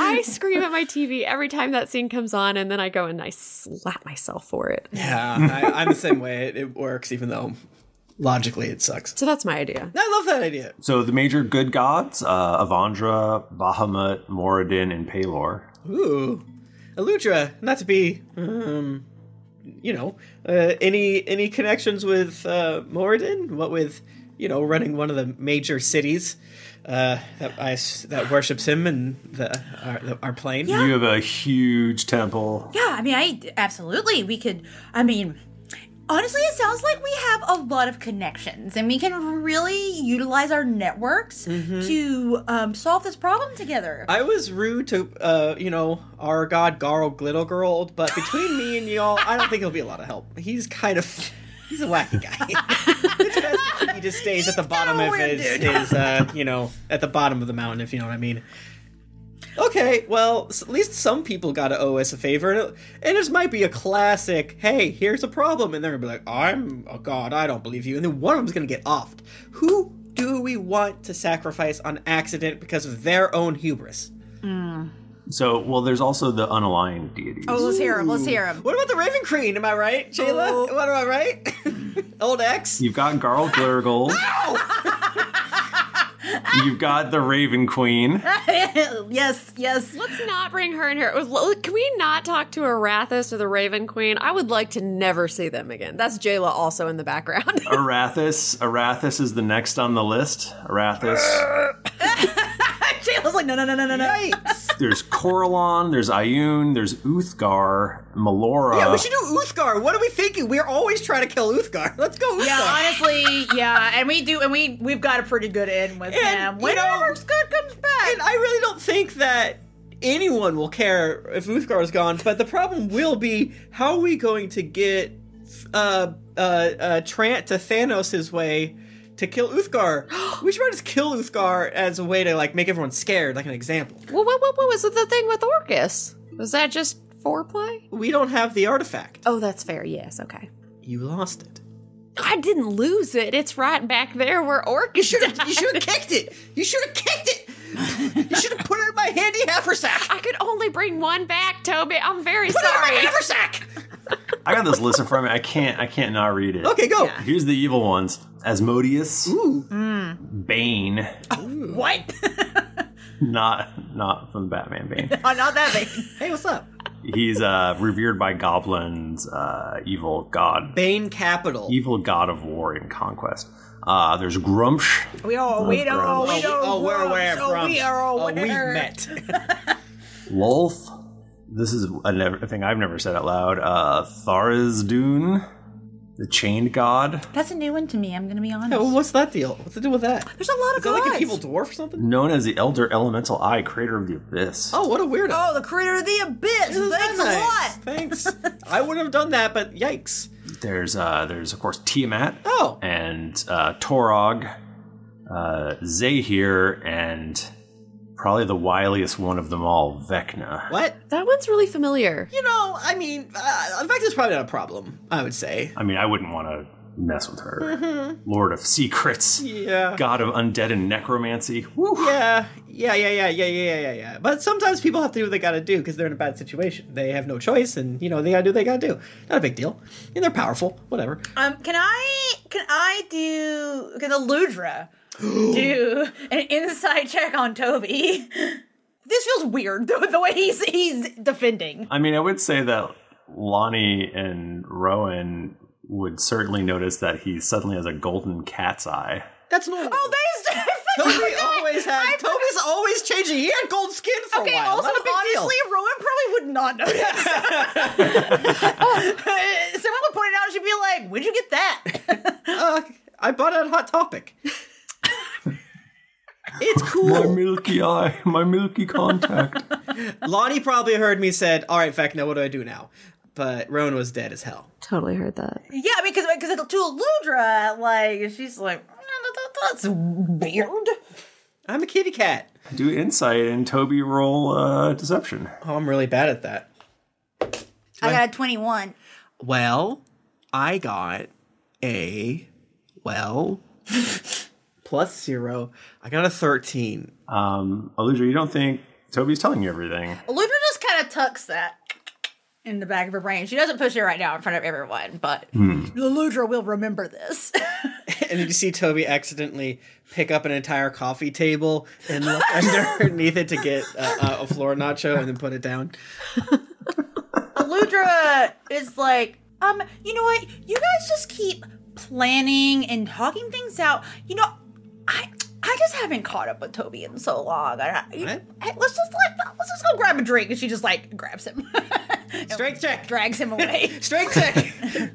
[SPEAKER 4] I scream at my TV every time that scene comes on and then I go and I slap myself for it.
[SPEAKER 3] Yeah, I, I'm the same way. It, it works, even though logically it sucks.
[SPEAKER 4] So that's my idea.
[SPEAKER 3] I love
[SPEAKER 1] *laughs*
[SPEAKER 3] that idea.
[SPEAKER 1] So the major good gods, uh, Avandra, Bahamut, Moradin, and Palor.
[SPEAKER 3] Ooh, Eludra, not to be, um, you know, uh, any any connections with uh, Moradin? What with, you know, running one of the major cities uh, that I s that worships him and the our, the, our plane.
[SPEAKER 1] You have a huge temple.
[SPEAKER 2] Yeah, I mean, I absolutely we could. I mean, honestly, it sounds like we have a lot of connections, and we can really utilize our networks to um, solve this problem together.
[SPEAKER 3] Mm-hmm. I was rude to, uh, you know, our god Garl Glittlegirl, but between me and y'all, I don't think he'll be a lot of help. He's kind of, he's a
[SPEAKER 2] *laughs*
[SPEAKER 3] wacky guy. *laughs* It's best if he just stays at the bottom of
[SPEAKER 2] weird
[SPEAKER 3] his,
[SPEAKER 2] dude.
[SPEAKER 3] his uh, you know, at the bottom of the mountain, if you know what I mean. Okay, well, s- at least some people got to owe us a favor, and, it, and this might be a classic. Hey, here's a problem, and they're gonna be like, "I'm a god, I don't believe you," and then one of them's gonna get offed. Who do we want to sacrifice on accident because of their own hubris?
[SPEAKER 1] So, well, there's also the unaligned deities.
[SPEAKER 2] Mm. Oh, let's hear him. Let's hear him.
[SPEAKER 3] What about the Raven Queen? Am I right, Jayla? What am I right? *laughs* Old X.
[SPEAKER 1] You've got Garl
[SPEAKER 3] *laughs*
[SPEAKER 1] Gurgle. *laughs* You've got the Raven Queen.
[SPEAKER 2] yes, yes.
[SPEAKER 4] Let's not bring her in here. It was- look, Can we not talk to Arathis or the Raven Queen? I would like to never see them again. That's Jayla also in the background. *laughs*
[SPEAKER 1] Arathis. Arathis is the next on the list. Arathis.
[SPEAKER 3] *laughs*
[SPEAKER 2] Jayla's like, no, no, no, no, no, no.
[SPEAKER 1] there's Coralon. There's Ayun. There's Uthgar. Melora.
[SPEAKER 3] yeah, we should do Uthgar. What are we thinking? We're always trying to kill Uthgar. *laughs* Let's go, Uthgar.
[SPEAKER 2] Yeah, honestly, yeah, and we do, and we we've got a pretty good in with him.
[SPEAKER 3] And, you
[SPEAKER 2] Whenever
[SPEAKER 3] know,
[SPEAKER 2] Scott comes back, *laughs*
[SPEAKER 3] and I really don't think that anyone will care if Uthgar is gone. But the problem will be how are we going to get uh, uh, uh, Trant to Thanos his way to
[SPEAKER 2] *gasps*
[SPEAKER 3] kill Uthgar? we should probably just kill Uthgar as a way to like make everyone scared, like an example.
[SPEAKER 4] well, what, what, what was the thing with Orcus? Was that just foreplay?
[SPEAKER 3] We don't have the artifact.
[SPEAKER 4] Oh, that's fair. Yes, okay.
[SPEAKER 3] You lost it.
[SPEAKER 4] I didn't lose it. It's right back there where Orcus You
[SPEAKER 3] should have kicked it. You should have kicked it. You should have put it in my handy haversack.
[SPEAKER 4] I could only bring one back, Toby. I'm very
[SPEAKER 3] Put it in my
[SPEAKER 4] sorry.
[SPEAKER 3] haversack.
[SPEAKER 1] I got this list in front of me. I can't. I can't not read it.
[SPEAKER 3] Okay, go.
[SPEAKER 1] Here's the evil ones: Asmodeus,
[SPEAKER 3] Ooh.
[SPEAKER 1] Bane.
[SPEAKER 2] Hmm. *laughs*
[SPEAKER 3] *laughs*
[SPEAKER 2] what?
[SPEAKER 1] Not not from Batman. Bane.
[SPEAKER 2] oh, not that big.
[SPEAKER 3] Hey, what's up?
[SPEAKER 1] He's uh, revered by goblins, uh, evil god,
[SPEAKER 3] Bane Capital.
[SPEAKER 1] evil god of war and conquest. Uh, there's Grumsh.
[SPEAKER 2] We all, we
[SPEAKER 1] Grumsh.
[SPEAKER 2] know, we know.
[SPEAKER 3] Oh, we're aware
[SPEAKER 2] so
[SPEAKER 3] from.
[SPEAKER 2] We are all
[SPEAKER 3] oh, we've
[SPEAKER 2] aware.
[SPEAKER 3] met.
[SPEAKER 1] Lolth. This is a, never, a thing I've never said out loud. Uh, Tharizdun, the chained god,
[SPEAKER 2] *laughs* That's a new one to me. I'm gonna be honest.
[SPEAKER 3] Yeah, well, what's that deal? What's Oh, to do with that?
[SPEAKER 2] There's a lot of
[SPEAKER 3] Is that like
[SPEAKER 2] gods.
[SPEAKER 3] an evil dwarf or something?
[SPEAKER 1] known as the Elder Elemental Eye, creator of the abyss.
[SPEAKER 3] Oh, what a weirdo.
[SPEAKER 2] Oh, the creator of the abyss.
[SPEAKER 3] Isn't that
[SPEAKER 2] Thanks a
[SPEAKER 3] nice?
[SPEAKER 2] lot. *laughs*
[SPEAKER 3] Thanks. I wouldn't have done that, but yikes.
[SPEAKER 1] There's uh, there's of course Tiamat.
[SPEAKER 3] Oh.
[SPEAKER 1] and uh, Torog, uh, Zahir, and probably the wiliest one of them all, Vecna.
[SPEAKER 3] What?
[SPEAKER 4] That one's really familiar.
[SPEAKER 3] You know, I mean, uh, in fact, it's probably not a problem, I would say.
[SPEAKER 1] I mean, I wouldn't want to mess with her.
[SPEAKER 2] Mm-hmm.
[SPEAKER 1] Lord of Secrets,
[SPEAKER 3] Yeah.
[SPEAKER 1] God of Undead and Necromancy. Woo.
[SPEAKER 3] Yeah, yeah, yeah, yeah, yeah, yeah, yeah, yeah. But sometimes people have to do what they gotta do because they're in a bad situation. They have no choice, and you know they gotta do what they gotta do. Not a big deal. And they're powerful. Whatever.
[SPEAKER 2] Um, can I can I do can
[SPEAKER 3] *gasps*
[SPEAKER 2] Eludra do an inside check on Toby? This feels weird the, the way he's he's defending.
[SPEAKER 1] I mean, I would say that Lonnie and Rowan would certainly notice that he suddenly has a golden cat's eye.
[SPEAKER 3] That's normal.
[SPEAKER 2] Oh, that is
[SPEAKER 3] *laughs*
[SPEAKER 2] *laughs*
[SPEAKER 3] Toby always has.
[SPEAKER 2] I forgot-
[SPEAKER 3] Toby's always changing. He had gold skin for
[SPEAKER 2] Okay,
[SPEAKER 3] a while.
[SPEAKER 2] also
[SPEAKER 3] Not a big
[SPEAKER 2] honestly,
[SPEAKER 3] deal.
[SPEAKER 2] Rowan probably would not
[SPEAKER 3] *laughs*
[SPEAKER 2] notice. *laughs* Someone would point it out and she'd be like, Where'd you get that?
[SPEAKER 3] Uh, I bought it on Hot Topic.
[SPEAKER 2] it's cool.
[SPEAKER 1] My milky eye, my milky contact.
[SPEAKER 3] *laughs* Lonnie probably heard me said, "All right, Vecna, what do I do now?" But Roan was dead as hell.
[SPEAKER 4] Totally heard that.
[SPEAKER 2] Yeah, because because to Ludra, like she's like, "That's weird."
[SPEAKER 3] I'm a kitty cat.
[SPEAKER 1] Do insight and Toby roll uh, deception.
[SPEAKER 3] Oh, I'm really bad at that.
[SPEAKER 2] I got a twenty-one.
[SPEAKER 3] Well, I got a well *laughs* plus zero. I got a thirteen.
[SPEAKER 1] Um, Aludra, you don't think Toby's telling you everything?
[SPEAKER 2] Ludra just kind of tucks that in the back of her brain. She doesn't push it right now in front of everyone, but
[SPEAKER 1] Hmm.
[SPEAKER 2] Ludra will remember this.
[SPEAKER 3] *laughs*
[SPEAKER 2] *laughs*
[SPEAKER 3] and then you see Toby accidentally pick up an entire coffee table and look *laughs* underneath it to get a, a floor nacho and then put it down.
[SPEAKER 2] Ludra is like, um, you know what? You guys just keep planning and talking things out. You know, I I just haven't caught up with Toby in so long. I, I- hey, let's just like let's just go grab a drink, and she just like grabs him. *laughs* Strength
[SPEAKER 3] check
[SPEAKER 2] drags him
[SPEAKER 3] *laughs*
[SPEAKER 2] away. *laughs*
[SPEAKER 3] Strength check.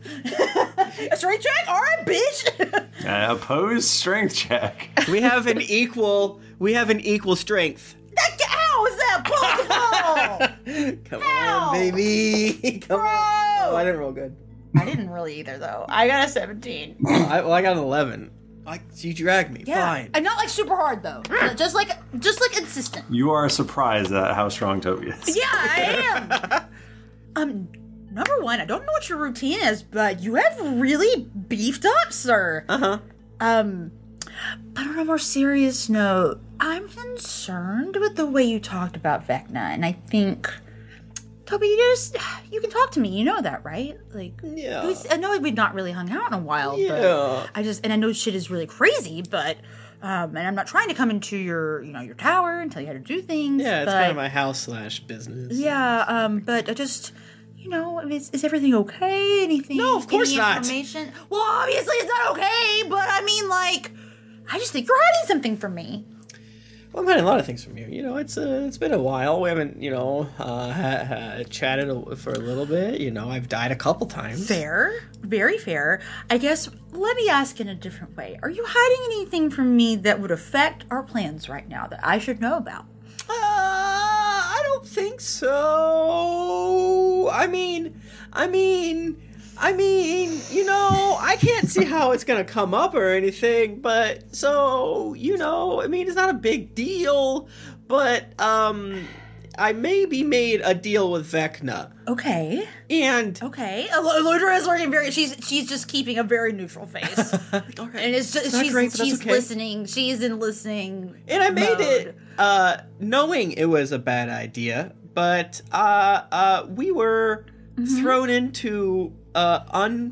[SPEAKER 2] Strength check. All right, bitch.
[SPEAKER 1] Uh, opposed strength check. *laughs*
[SPEAKER 3] We have an equal. We have an equal strength.
[SPEAKER 2] That, how is that
[SPEAKER 3] *laughs*
[SPEAKER 2] possible?
[SPEAKER 3] Come on, baby. Come on. Oh, I didn't roll good.
[SPEAKER 2] I didn't really either, though. I got a seventeen.
[SPEAKER 3] I, well, I got an eleven. I, you dragged me. Fine.
[SPEAKER 2] and not like super hard though. just like just like insistent.
[SPEAKER 1] You are surprised at how strong Toby
[SPEAKER 3] *laughs*
[SPEAKER 1] is.
[SPEAKER 2] Yeah, I am. um, number one, I don't know what your routine is, but you have really beefed up, sir. Uh
[SPEAKER 3] huh.
[SPEAKER 2] Um, but on a more serious note, I'm concerned with the way you talked about Vecna, and I think. Toby, you just you can talk to me. You know that, right? Like,
[SPEAKER 3] Yeah.
[SPEAKER 2] we- I know we've not really hung out in a while.
[SPEAKER 3] Yeah.
[SPEAKER 2] But I just and I know shit is really crazy, but um, and I'm not trying to come into your you know your tower and tell you how to do things.
[SPEAKER 3] Yeah, it's
[SPEAKER 2] but,
[SPEAKER 3] kind of my house slash business.
[SPEAKER 2] yeah, um, but I just, you know, I mean, is, is everything okay? Anything? No,
[SPEAKER 3] of course
[SPEAKER 2] any
[SPEAKER 3] not.
[SPEAKER 2] Information? Well, obviously it's not okay, but I mean, like, I just think you're hiding something from me.
[SPEAKER 3] Well, I'm hiding a lot of things from you. You know, it's uh, it's been a while. We haven't, you know, uh, ha- ha- chatted a, for a little bit. You know, I've died a couple times.
[SPEAKER 2] Fair, very fair. I guess. Let me ask in a different way. Are you hiding anything from me that would affect our plans right now that I should know about?
[SPEAKER 3] Uh, I don't think so. I mean, I mean, I mean, you know, I can't see how it's gonna come up or anything, but so you know, I mean, it's not a big deal, but um, I maybe made a deal with Vecna.
[SPEAKER 2] Okay.
[SPEAKER 3] And
[SPEAKER 2] okay, Elodra is working very. She's she's just keeping a very neutral
[SPEAKER 3] *laughs*
[SPEAKER 2] face, and it's just
[SPEAKER 3] It's not
[SPEAKER 2] she's
[SPEAKER 3] great, but that's
[SPEAKER 2] she's
[SPEAKER 3] okay.
[SPEAKER 2] listening. She's in listening.
[SPEAKER 3] And I made
[SPEAKER 2] mode.
[SPEAKER 3] it uh, knowing it was a bad idea, but uh, uh, we were
[SPEAKER 2] Mm-hmm.
[SPEAKER 3] thrown into an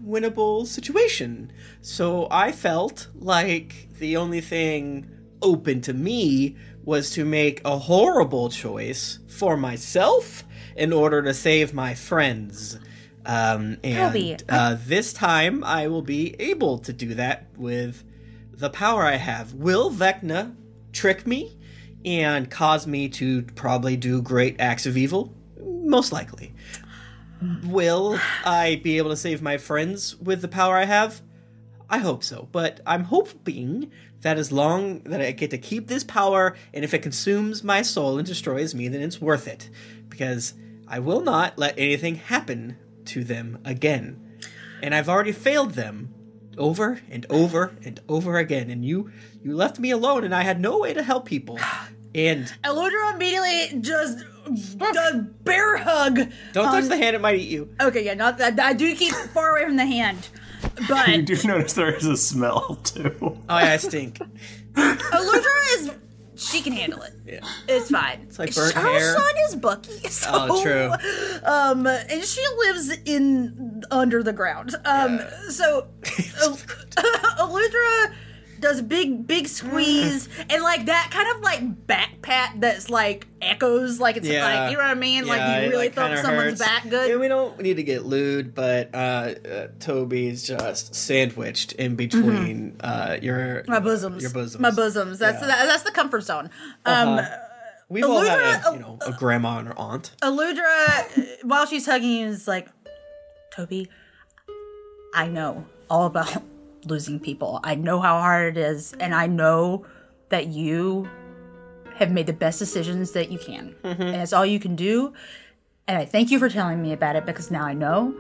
[SPEAKER 3] unwinnable situation. So I felt like the only thing open to me was to make a horrible choice for myself in order to save my friends. Um, and
[SPEAKER 2] Toby, I-
[SPEAKER 3] uh, this time I will be able to do that with the power I have. Will Vecna trick me and cause me to probably do great acts of evil? Most likely. Will I be able to save my friends with the power I have? I hope so, but I'm hoping that as long that I get to keep this power, and if it consumes my soul and destroys me, then it's worth it, because I will not let anything happen to them again. And I've already failed them over and over and over again. And you, you left me alone, and I had no way to
[SPEAKER 2] *sighs*
[SPEAKER 3] help people. And
[SPEAKER 2] Elodra immediately just does bear hug.
[SPEAKER 3] don't touch
[SPEAKER 2] Um,
[SPEAKER 3] the hand; it might eat you.
[SPEAKER 2] Okay, yeah, not that. I do keep far away from the hand,
[SPEAKER 3] *laughs*
[SPEAKER 2] but
[SPEAKER 1] You do notice there is a smell too.
[SPEAKER 3] Oh yeah, I stink.
[SPEAKER 1] *laughs*
[SPEAKER 2] Elodra is she can handle it.
[SPEAKER 3] Yeah.
[SPEAKER 2] It's fine. It's
[SPEAKER 3] like burnt
[SPEAKER 2] Her
[SPEAKER 3] hair.
[SPEAKER 2] son is Bucky. So,
[SPEAKER 3] Oh, true.
[SPEAKER 2] *laughs* Um, and she lives in under the ground. Um,
[SPEAKER 3] *laughs*
[SPEAKER 2] so *laughs* El- Eludra does big big
[SPEAKER 3] *sighs*
[SPEAKER 2] squeeze and like that kind of like back pat that's like echoes like it's
[SPEAKER 3] Yeah.
[SPEAKER 2] like you know what I mean
[SPEAKER 3] Yeah,
[SPEAKER 2] like
[SPEAKER 3] it,
[SPEAKER 2] you really thump
[SPEAKER 3] kinda
[SPEAKER 2] someone's
[SPEAKER 3] hurts.
[SPEAKER 2] back good.
[SPEAKER 3] Yeah, we don't need to get lewd, but uh, uh, Toby's just sandwiched in between uh, your
[SPEAKER 2] Mm-hmm. my bosoms,
[SPEAKER 3] your bosoms.
[SPEAKER 2] my bosoms. That's that, that's the comfort zone. Um,
[SPEAKER 3] Uh-huh. We've all had
[SPEAKER 2] Eludra-
[SPEAKER 3] a, you know a grandma and her aunt.
[SPEAKER 2] Aludra, while she's hugging you, is like, Toby, I know all *laughs* about losing people. I know how hard it is, and I know that you have made the best decisions that you can.
[SPEAKER 3] Mm-hmm.
[SPEAKER 2] And it's all you can do. And I thank you for telling me about it because now I know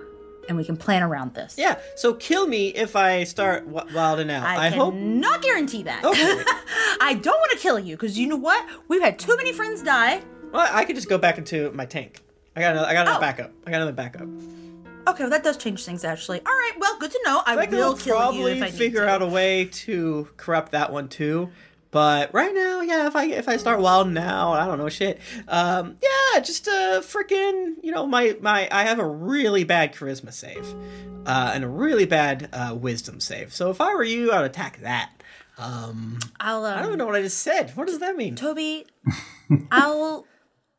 [SPEAKER 2] and we can plan around this.
[SPEAKER 3] Yeah, so kill me if I start w- wilding out. I,
[SPEAKER 2] I,
[SPEAKER 3] hope. Oh.
[SPEAKER 2] cannot guarantee that. I don't want to kill you because you know what? We've had too many friends die.
[SPEAKER 3] Well, I could just go back into my tank. I got another. I got
[SPEAKER 2] Oh.
[SPEAKER 3] another backup. I got another backup.
[SPEAKER 2] Okay, well, that does change things actually. All right, well, good to know. I,
[SPEAKER 3] I could
[SPEAKER 2] will kill you
[SPEAKER 3] probably
[SPEAKER 2] if I need.
[SPEAKER 3] figure out a way to corrupt that one too. But right now, yeah, if I if I start wilding out, I don't know shit. Um, yeah, just uh, freaking, you know, my my I have a really bad charisma save, uh, and a really bad uh, wisdom save. So if I were you, I'd attack that. Um,
[SPEAKER 2] I'll,
[SPEAKER 3] I don't even know what I just said. What does that mean?
[SPEAKER 2] Toby, I'll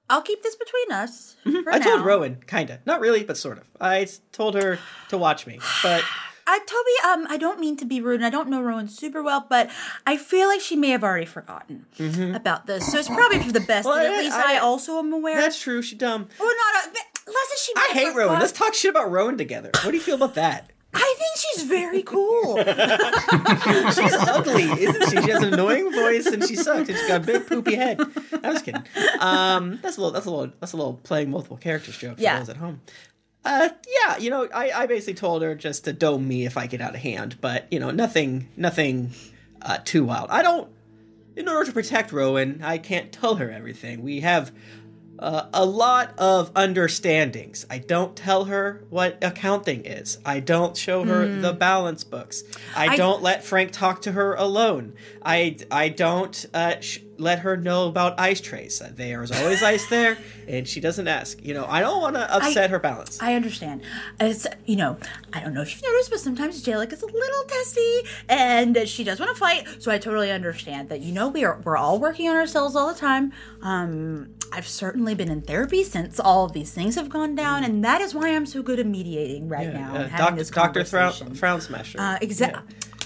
[SPEAKER 2] I'll keep this between us. for
[SPEAKER 3] Mm-hmm. I told
[SPEAKER 2] now.
[SPEAKER 3] Rowan, kinda, not really, but sort of. I s- told her to
[SPEAKER 2] *sighs*
[SPEAKER 3] watch me, but
[SPEAKER 2] I, Toby, um, I don't mean to be rude, and I don't know Rowan super well, but I feel like she may have already forgotten about this, so it's probably for the best.
[SPEAKER 3] Mm-hmm. Well,
[SPEAKER 2] that
[SPEAKER 3] I-
[SPEAKER 2] at least
[SPEAKER 3] I-
[SPEAKER 2] I, also am aware.
[SPEAKER 3] that's true. She dumb.
[SPEAKER 2] Well, not a, but listen, she.
[SPEAKER 3] I
[SPEAKER 2] might
[SPEAKER 3] hate
[SPEAKER 2] have
[SPEAKER 3] Rowan. Let's
[SPEAKER 2] forgotten.
[SPEAKER 3] talk shit about Rowan together. What do you feel about that?
[SPEAKER 2] I think she's very cool.
[SPEAKER 3] *laughs* she's ugly, isn't she? She has an annoying voice and she sucks and she's got a big poopy head. I was kidding. Um, that's a little. That's a little. That's a little playing multiple characters joke for
[SPEAKER 2] Yeah.
[SPEAKER 3] those at home. Uh, yeah, you know, I, I basically told her just to dome me if I get out of hand, but you know, nothing, nothing uh, too wild. I don't. In order to protect Rowan, I can't tell her everything. We have uh, a lot of understandings. I don't tell her what accounting is. I don't show her
[SPEAKER 13] Mm.
[SPEAKER 3] the balance books. I,
[SPEAKER 13] I-
[SPEAKER 3] don't let Frank talk to her alone. I I don't uh, sh- let her know about ice trays. There's always ice
[SPEAKER 2] *laughs*
[SPEAKER 3] there, and she doesn't ask. You know, I don't want to upset
[SPEAKER 2] I-
[SPEAKER 3] her balance.
[SPEAKER 2] I understand. It's you know, I don't know if you've noticed, but sometimes Jalik is a little testy, and she does want to fight. So I totally understand that. You know, we are we're all working on ourselves all the time. Um, I've certainly been in therapy since all of these things have gone down, and that is why I'm so good at mediating right now.
[SPEAKER 3] Mm. Uh,
[SPEAKER 2] and having
[SPEAKER 3] Doctor
[SPEAKER 2] this
[SPEAKER 3] Doctor Frown,
[SPEAKER 2] conversation.
[SPEAKER 3] Frown Smasher.
[SPEAKER 2] Uh, exactly.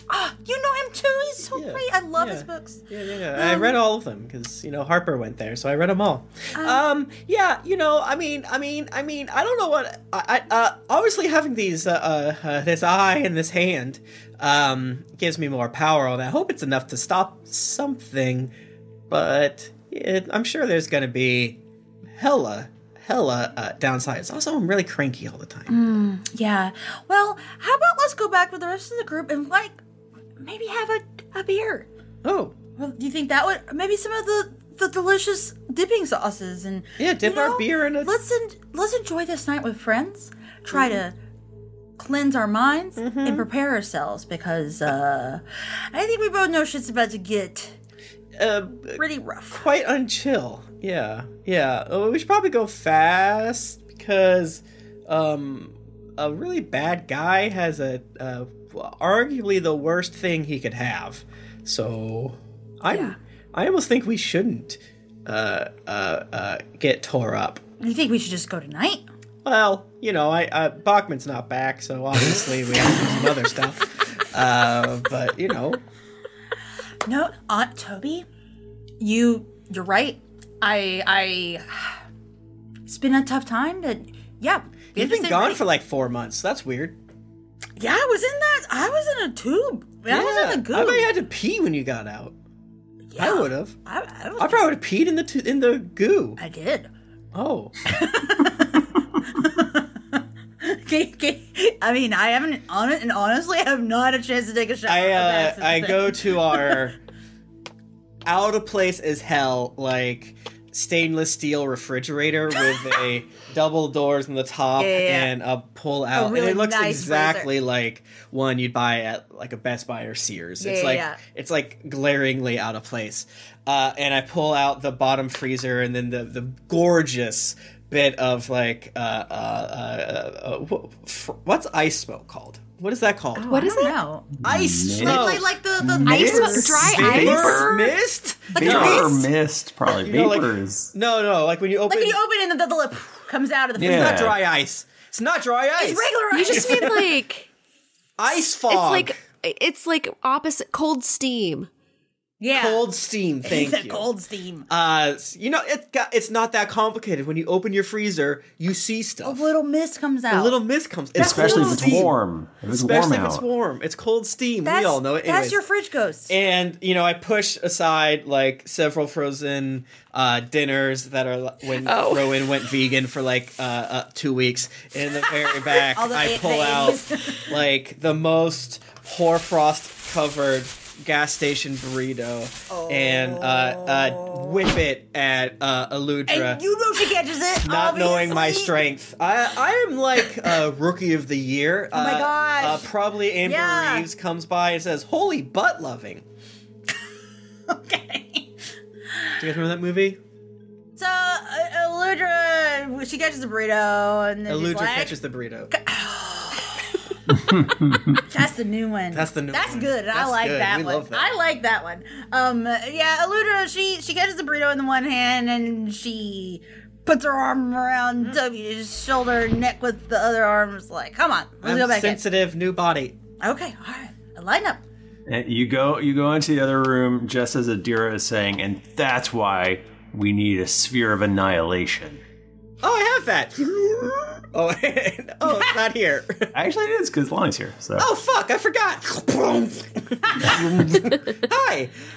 [SPEAKER 2] Ah, you know him too. He's so great. I love his books.
[SPEAKER 3] Yeah, I
[SPEAKER 2] Um, uh,
[SPEAKER 3] read all of them because you know Harper went there, so I read them all. Um, yeah, you know, I mean, I mean, I mean, I don't know what I, I uh, obviously having these uh, uh, uh, this eye and this hand um, gives me more power, and I hope it's enough to stop something. But it, I'm sure there's going to be hella, hella uh, downsides. Also, I'm really cranky all the time.
[SPEAKER 2] Mm, yeah. Well, how about let's go back with the rest of the group and like maybe have a, a beer.
[SPEAKER 3] Oh.
[SPEAKER 2] Well, do you think that would maybe some of the the delicious dipping sauces and
[SPEAKER 3] yeah, dip
[SPEAKER 2] you
[SPEAKER 3] our
[SPEAKER 2] know,
[SPEAKER 3] beer in a
[SPEAKER 2] let's en- let's enjoy this night with friends. Try to
[SPEAKER 3] Mm-hmm.
[SPEAKER 2] cleanse our minds and prepare ourselves because uh I think we both know shit's about to get
[SPEAKER 3] uh,
[SPEAKER 2] pretty rough.
[SPEAKER 3] quite unchill. Yeah, yeah. Uh, We should probably go fast because um, a really bad guy has a uh, arguably the worst thing he could have. So I I almost think we shouldn't uh, uh, uh, get tore up.
[SPEAKER 2] You think we should just go tonight?
[SPEAKER 3] Well, you know, I uh, Bachman's not back, so obviously we have to do some other
[SPEAKER 2] *laughs*
[SPEAKER 3] stuff. Uh, but you know,
[SPEAKER 2] No, Aunt Toby, you you're right. I I *sighs* it's been a tough time, but yeah. we
[SPEAKER 3] you've
[SPEAKER 2] have to
[SPEAKER 3] been
[SPEAKER 2] stay
[SPEAKER 3] gone
[SPEAKER 2] ready.
[SPEAKER 3] for like four months. That's weird.
[SPEAKER 2] Yeah, I was in that I was in a tube. I was in the goo.
[SPEAKER 3] I bet you had to pee when you got out. I would have.
[SPEAKER 2] I,
[SPEAKER 3] I
[SPEAKER 2] *laughs*
[SPEAKER 3] probably would have peed in the tu- in the goo.
[SPEAKER 2] I did.
[SPEAKER 3] Oh,
[SPEAKER 2] Okay, okay. I mean, I haven't on it, and honestly, I have not had a chance to take a shower.
[SPEAKER 3] I uh,
[SPEAKER 2] That's the
[SPEAKER 3] I
[SPEAKER 2] thing.
[SPEAKER 3] go to our out of place as hell like stainless steel refrigerator with a double doors in the top
[SPEAKER 13] Yeah, yeah, yeah.
[SPEAKER 3] and a pull out,
[SPEAKER 13] really
[SPEAKER 3] and it looks
[SPEAKER 13] nice
[SPEAKER 3] exactly like one you'd buy at like a Best Buy or Sears.
[SPEAKER 13] Yeah,
[SPEAKER 3] it's
[SPEAKER 13] yeah,
[SPEAKER 3] like
[SPEAKER 13] yeah.
[SPEAKER 3] it's like glaringly out of place. Uh, and I pull out the bottom freezer, and then the the gorgeous bit of like uh, uh, uh, uh, wh- fr- what's ice smoke called? What is that called?
[SPEAKER 2] What is it? *laughs* No.
[SPEAKER 3] Ice smoke.
[SPEAKER 2] Like, like the, the ice was dry
[SPEAKER 3] Vapor
[SPEAKER 2] ice.
[SPEAKER 3] mist.
[SPEAKER 2] Like
[SPEAKER 1] Vapor
[SPEAKER 2] a
[SPEAKER 1] or
[SPEAKER 2] mist.
[SPEAKER 1] mist, probably.
[SPEAKER 3] *laughs* You know, like-
[SPEAKER 1] Vapor is
[SPEAKER 3] No, no. Like when you
[SPEAKER 2] Like
[SPEAKER 3] open,
[SPEAKER 2] when you open it and the, the lip *sighs* comes out of the
[SPEAKER 3] it's
[SPEAKER 1] Yeah.
[SPEAKER 3] not dry ice. It's not dry ice.
[SPEAKER 2] It's regular
[SPEAKER 11] You just mean like
[SPEAKER 3] ice fog.
[SPEAKER 11] It's like it's like opposite cold steam.
[SPEAKER 2] *laughs* Yeah.
[SPEAKER 3] Cold steam, thank
[SPEAKER 2] the
[SPEAKER 3] you.
[SPEAKER 2] cold steam.
[SPEAKER 3] Uh, s- you know, it got, it's not that complicated. When you open your freezer, you see
[SPEAKER 2] A
[SPEAKER 3] stuff.
[SPEAKER 2] little mist comes out.
[SPEAKER 3] A little mist comes.
[SPEAKER 1] Especially if
[SPEAKER 3] cold
[SPEAKER 1] it's
[SPEAKER 3] steam.
[SPEAKER 1] warm. If it's warm
[SPEAKER 3] Especially if it's
[SPEAKER 1] out.
[SPEAKER 3] warm. It's cold steam.
[SPEAKER 2] That's,
[SPEAKER 3] we all know it.
[SPEAKER 2] that's
[SPEAKER 3] Anyways.
[SPEAKER 2] your fridge ghost.
[SPEAKER 3] And you know, I push aside like several frozen uh, dinners that are like, when
[SPEAKER 2] Oh.
[SPEAKER 3] Rowan went vegan for like uh, uh, two weeks. In the
[SPEAKER 2] *laughs*
[SPEAKER 3] very back,
[SPEAKER 2] All the
[SPEAKER 3] I
[SPEAKER 2] eight-
[SPEAKER 3] pull
[SPEAKER 2] the *laughs*
[SPEAKER 3] out
[SPEAKER 2] eighties.
[SPEAKER 3] like the most hoarfrost covered gas station burrito and uh, uh, whip it at uh, Aludra.
[SPEAKER 2] And you know she catches it.
[SPEAKER 3] not
[SPEAKER 2] obviously.
[SPEAKER 3] knowing my strength, I I am like
[SPEAKER 2] *laughs*
[SPEAKER 3] a rookie of the year.
[SPEAKER 2] Oh my
[SPEAKER 3] Uh,
[SPEAKER 2] gosh.
[SPEAKER 3] Uh, probably Amber
[SPEAKER 2] Yeah.
[SPEAKER 3] Reeves comes by and says, "Holy
[SPEAKER 2] *laughs*
[SPEAKER 3] butt loving." okay. Do you guys remember that movie?
[SPEAKER 2] So uh, Eludra, she catches the burrito, and then she's
[SPEAKER 3] Eludra
[SPEAKER 2] like,
[SPEAKER 3] catches the burrito.
[SPEAKER 2] That's the new one.
[SPEAKER 3] That's the new
[SPEAKER 2] That's
[SPEAKER 3] one.
[SPEAKER 2] good. I
[SPEAKER 3] That's
[SPEAKER 2] like
[SPEAKER 3] good.
[SPEAKER 2] that
[SPEAKER 3] We
[SPEAKER 2] one.
[SPEAKER 3] love that.
[SPEAKER 2] I like that one. Um, yeah, Eludra, she she catches the burrito in the one hand and she puts her arm around
[SPEAKER 3] Mm-hmm.
[SPEAKER 2] W's shoulder and neck with the other arms. Like, come on, let's
[SPEAKER 3] I'm
[SPEAKER 2] go back
[SPEAKER 3] sensitive, new body.
[SPEAKER 2] in. Okay, all right, line up.
[SPEAKER 1] And you go you go into the other room just as Adira is saying, and that's why we need a sphere of annihilation.
[SPEAKER 3] Oh, I
[SPEAKER 2] *laughs*
[SPEAKER 3] have that. oh, *laughs* and- oh, it's not here.
[SPEAKER 1] Actually, it is because Lonnie's here. *laughs* So
[SPEAKER 3] Oh fuck!
[SPEAKER 2] *laughs*
[SPEAKER 3] I forgot. Hi,
[SPEAKER 1] And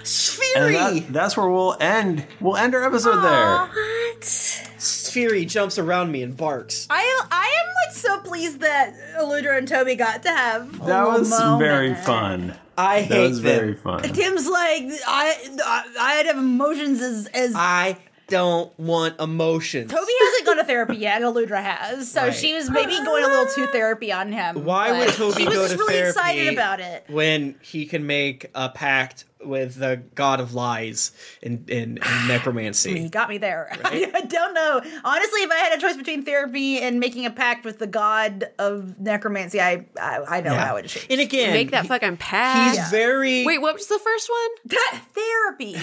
[SPEAKER 3] Sphery.
[SPEAKER 1] that- that's where we'll end. We'll end our episode there.
[SPEAKER 2] What?
[SPEAKER 3] Sphery jumps around me and barks.
[SPEAKER 2] I I am like so pleased that Eludra and Toby got to have a
[SPEAKER 1] That
[SPEAKER 2] little
[SPEAKER 1] was
[SPEAKER 2] Oh, moment.
[SPEAKER 1] very fun.
[SPEAKER 3] I
[SPEAKER 1] that
[SPEAKER 3] hate
[SPEAKER 1] was
[SPEAKER 3] them.
[SPEAKER 1] very fun.
[SPEAKER 2] Tim's like I I, I have emotions as as
[SPEAKER 3] I don't want emotions.
[SPEAKER 2] Toby hasn't gone to therapy yet. Aludra has, so
[SPEAKER 3] Right.
[SPEAKER 2] she was maybe going a little too therapy on him.
[SPEAKER 3] Why would
[SPEAKER 2] but
[SPEAKER 3] Toby
[SPEAKER 2] She was
[SPEAKER 3] go
[SPEAKER 2] just
[SPEAKER 3] to
[SPEAKER 2] really
[SPEAKER 3] therapy
[SPEAKER 2] excited about it.
[SPEAKER 3] when he can make a pact with the god of lies and and,
[SPEAKER 2] *sighs*
[SPEAKER 3] and
[SPEAKER 2] He
[SPEAKER 3] necromancy?
[SPEAKER 2] got me there. *laughs* I don't know. Honestly, if I had a choice between therapy and making a pact with the god of necromancy, I I, I know
[SPEAKER 3] Yeah.
[SPEAKER 2] I would choose.
[SPEAKER 3] And again,
[SPEAKER 4] Make that fucking pass.
[SPEAKER 3] he's very
[SPEAKER 4] Wait, what was the first one?
[SPEAKER 2] therapy.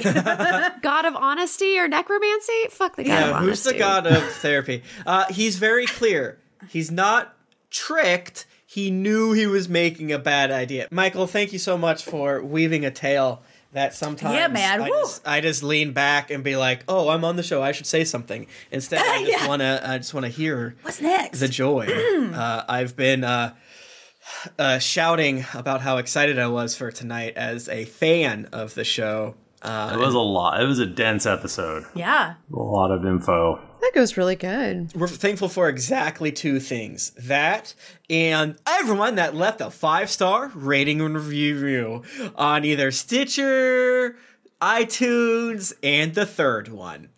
[SPEAKER 3] *laughs*
[SPEAKER 4] God of honesty or necromancy? Fuck the god of
[SPEAKER 3] yeah.
[SPEAKER 4] honesty.
[SPEAKER 3] Who's the god of therapy? Uh, he's very clear. He's not tricked. He knew he was making a bad idea. Michael, thank you so much for weaving a tale that sometimes
[SPEAKER 2] Yeah, man.
[SPEAKER 3] I,
[SPEAKER 2] Woo.
[SPEAKER 3] just, I just lean back and be like, "Oh, I'm on the show. I should say something." Instead,
[SPEAKER 2] *laughs*
[SPEAKER 3] I just
[SPEAKER 2] Yeah.
[SPEAKER 3] want to I just want to hear
[SPEAKER 2] What's next? *clears throat*
[SPEAKER 3] the joy. uh, I've been uh, uh, shouting about how excited I was for tonight as a fan of the show. Uh,
[SPEAKER 1] It was a lot. It was a dense episode.
[SPEAKER 2] yeah.
[SPEAKER 1] A lot of info.
[SPEAKER 4] That goes really good.
[SPEAKER 3] we're thankful for exactly two things that and everyone that left a five star rating and review on either Stitcher, iTunes, and the third one.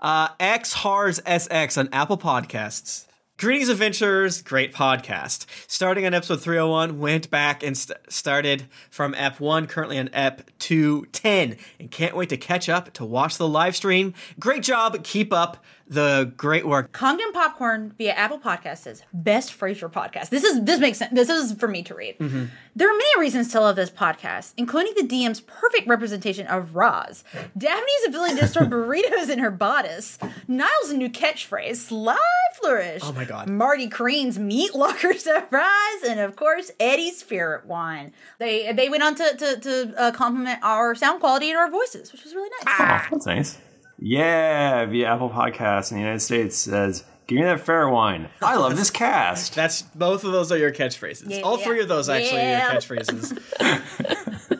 [SPEAKER 3] Uh, X Hars SX on Apple Podcasts. Greetings, adventurers! Great podcast. Starting on episode 301, went back and st- started from ep 1, currently on ep 210, and can't wait to catch up to watch the live stream. Great job! Keep up the great work.
[SPEAKER 2] Congdon Popcorn via Apple Podcasts says best Frasier podcast. This is this makes sense. This is for me to read.
[SPEAKER 3] Mm.
[SPEAKER 2] There are many reasons to love this podcast, including the DM's perfect representation of Roz, Daphne's ability to
[SPEAKER 3] *laughs*
[SPEAKER 2] store burritos in her bodice, Niles' new catchphrase, "Sly Flourish." Oh
[SPEAKER 3] my God.
[SPEAKER 2] Marty Crane's meat locker *laughs* surprise, and of course Eddie's spirit wine. They they went on to to, to uh, compliment our sound quality and our voices, which was really nice.
[SPEAKER 1] Oh, that's nice. Yeah, via Apple Podcasts in the United States says, "Give me that fair wine." I love this cast.
[SPEAKER 3] That's both of those are your catchphrases. All three of those actually
[SPEAKER 4] Yeah.
[SPEAKER 3] are
[SPEAKER 4] *laughs*
[SPEAKER 3] your catchphrases.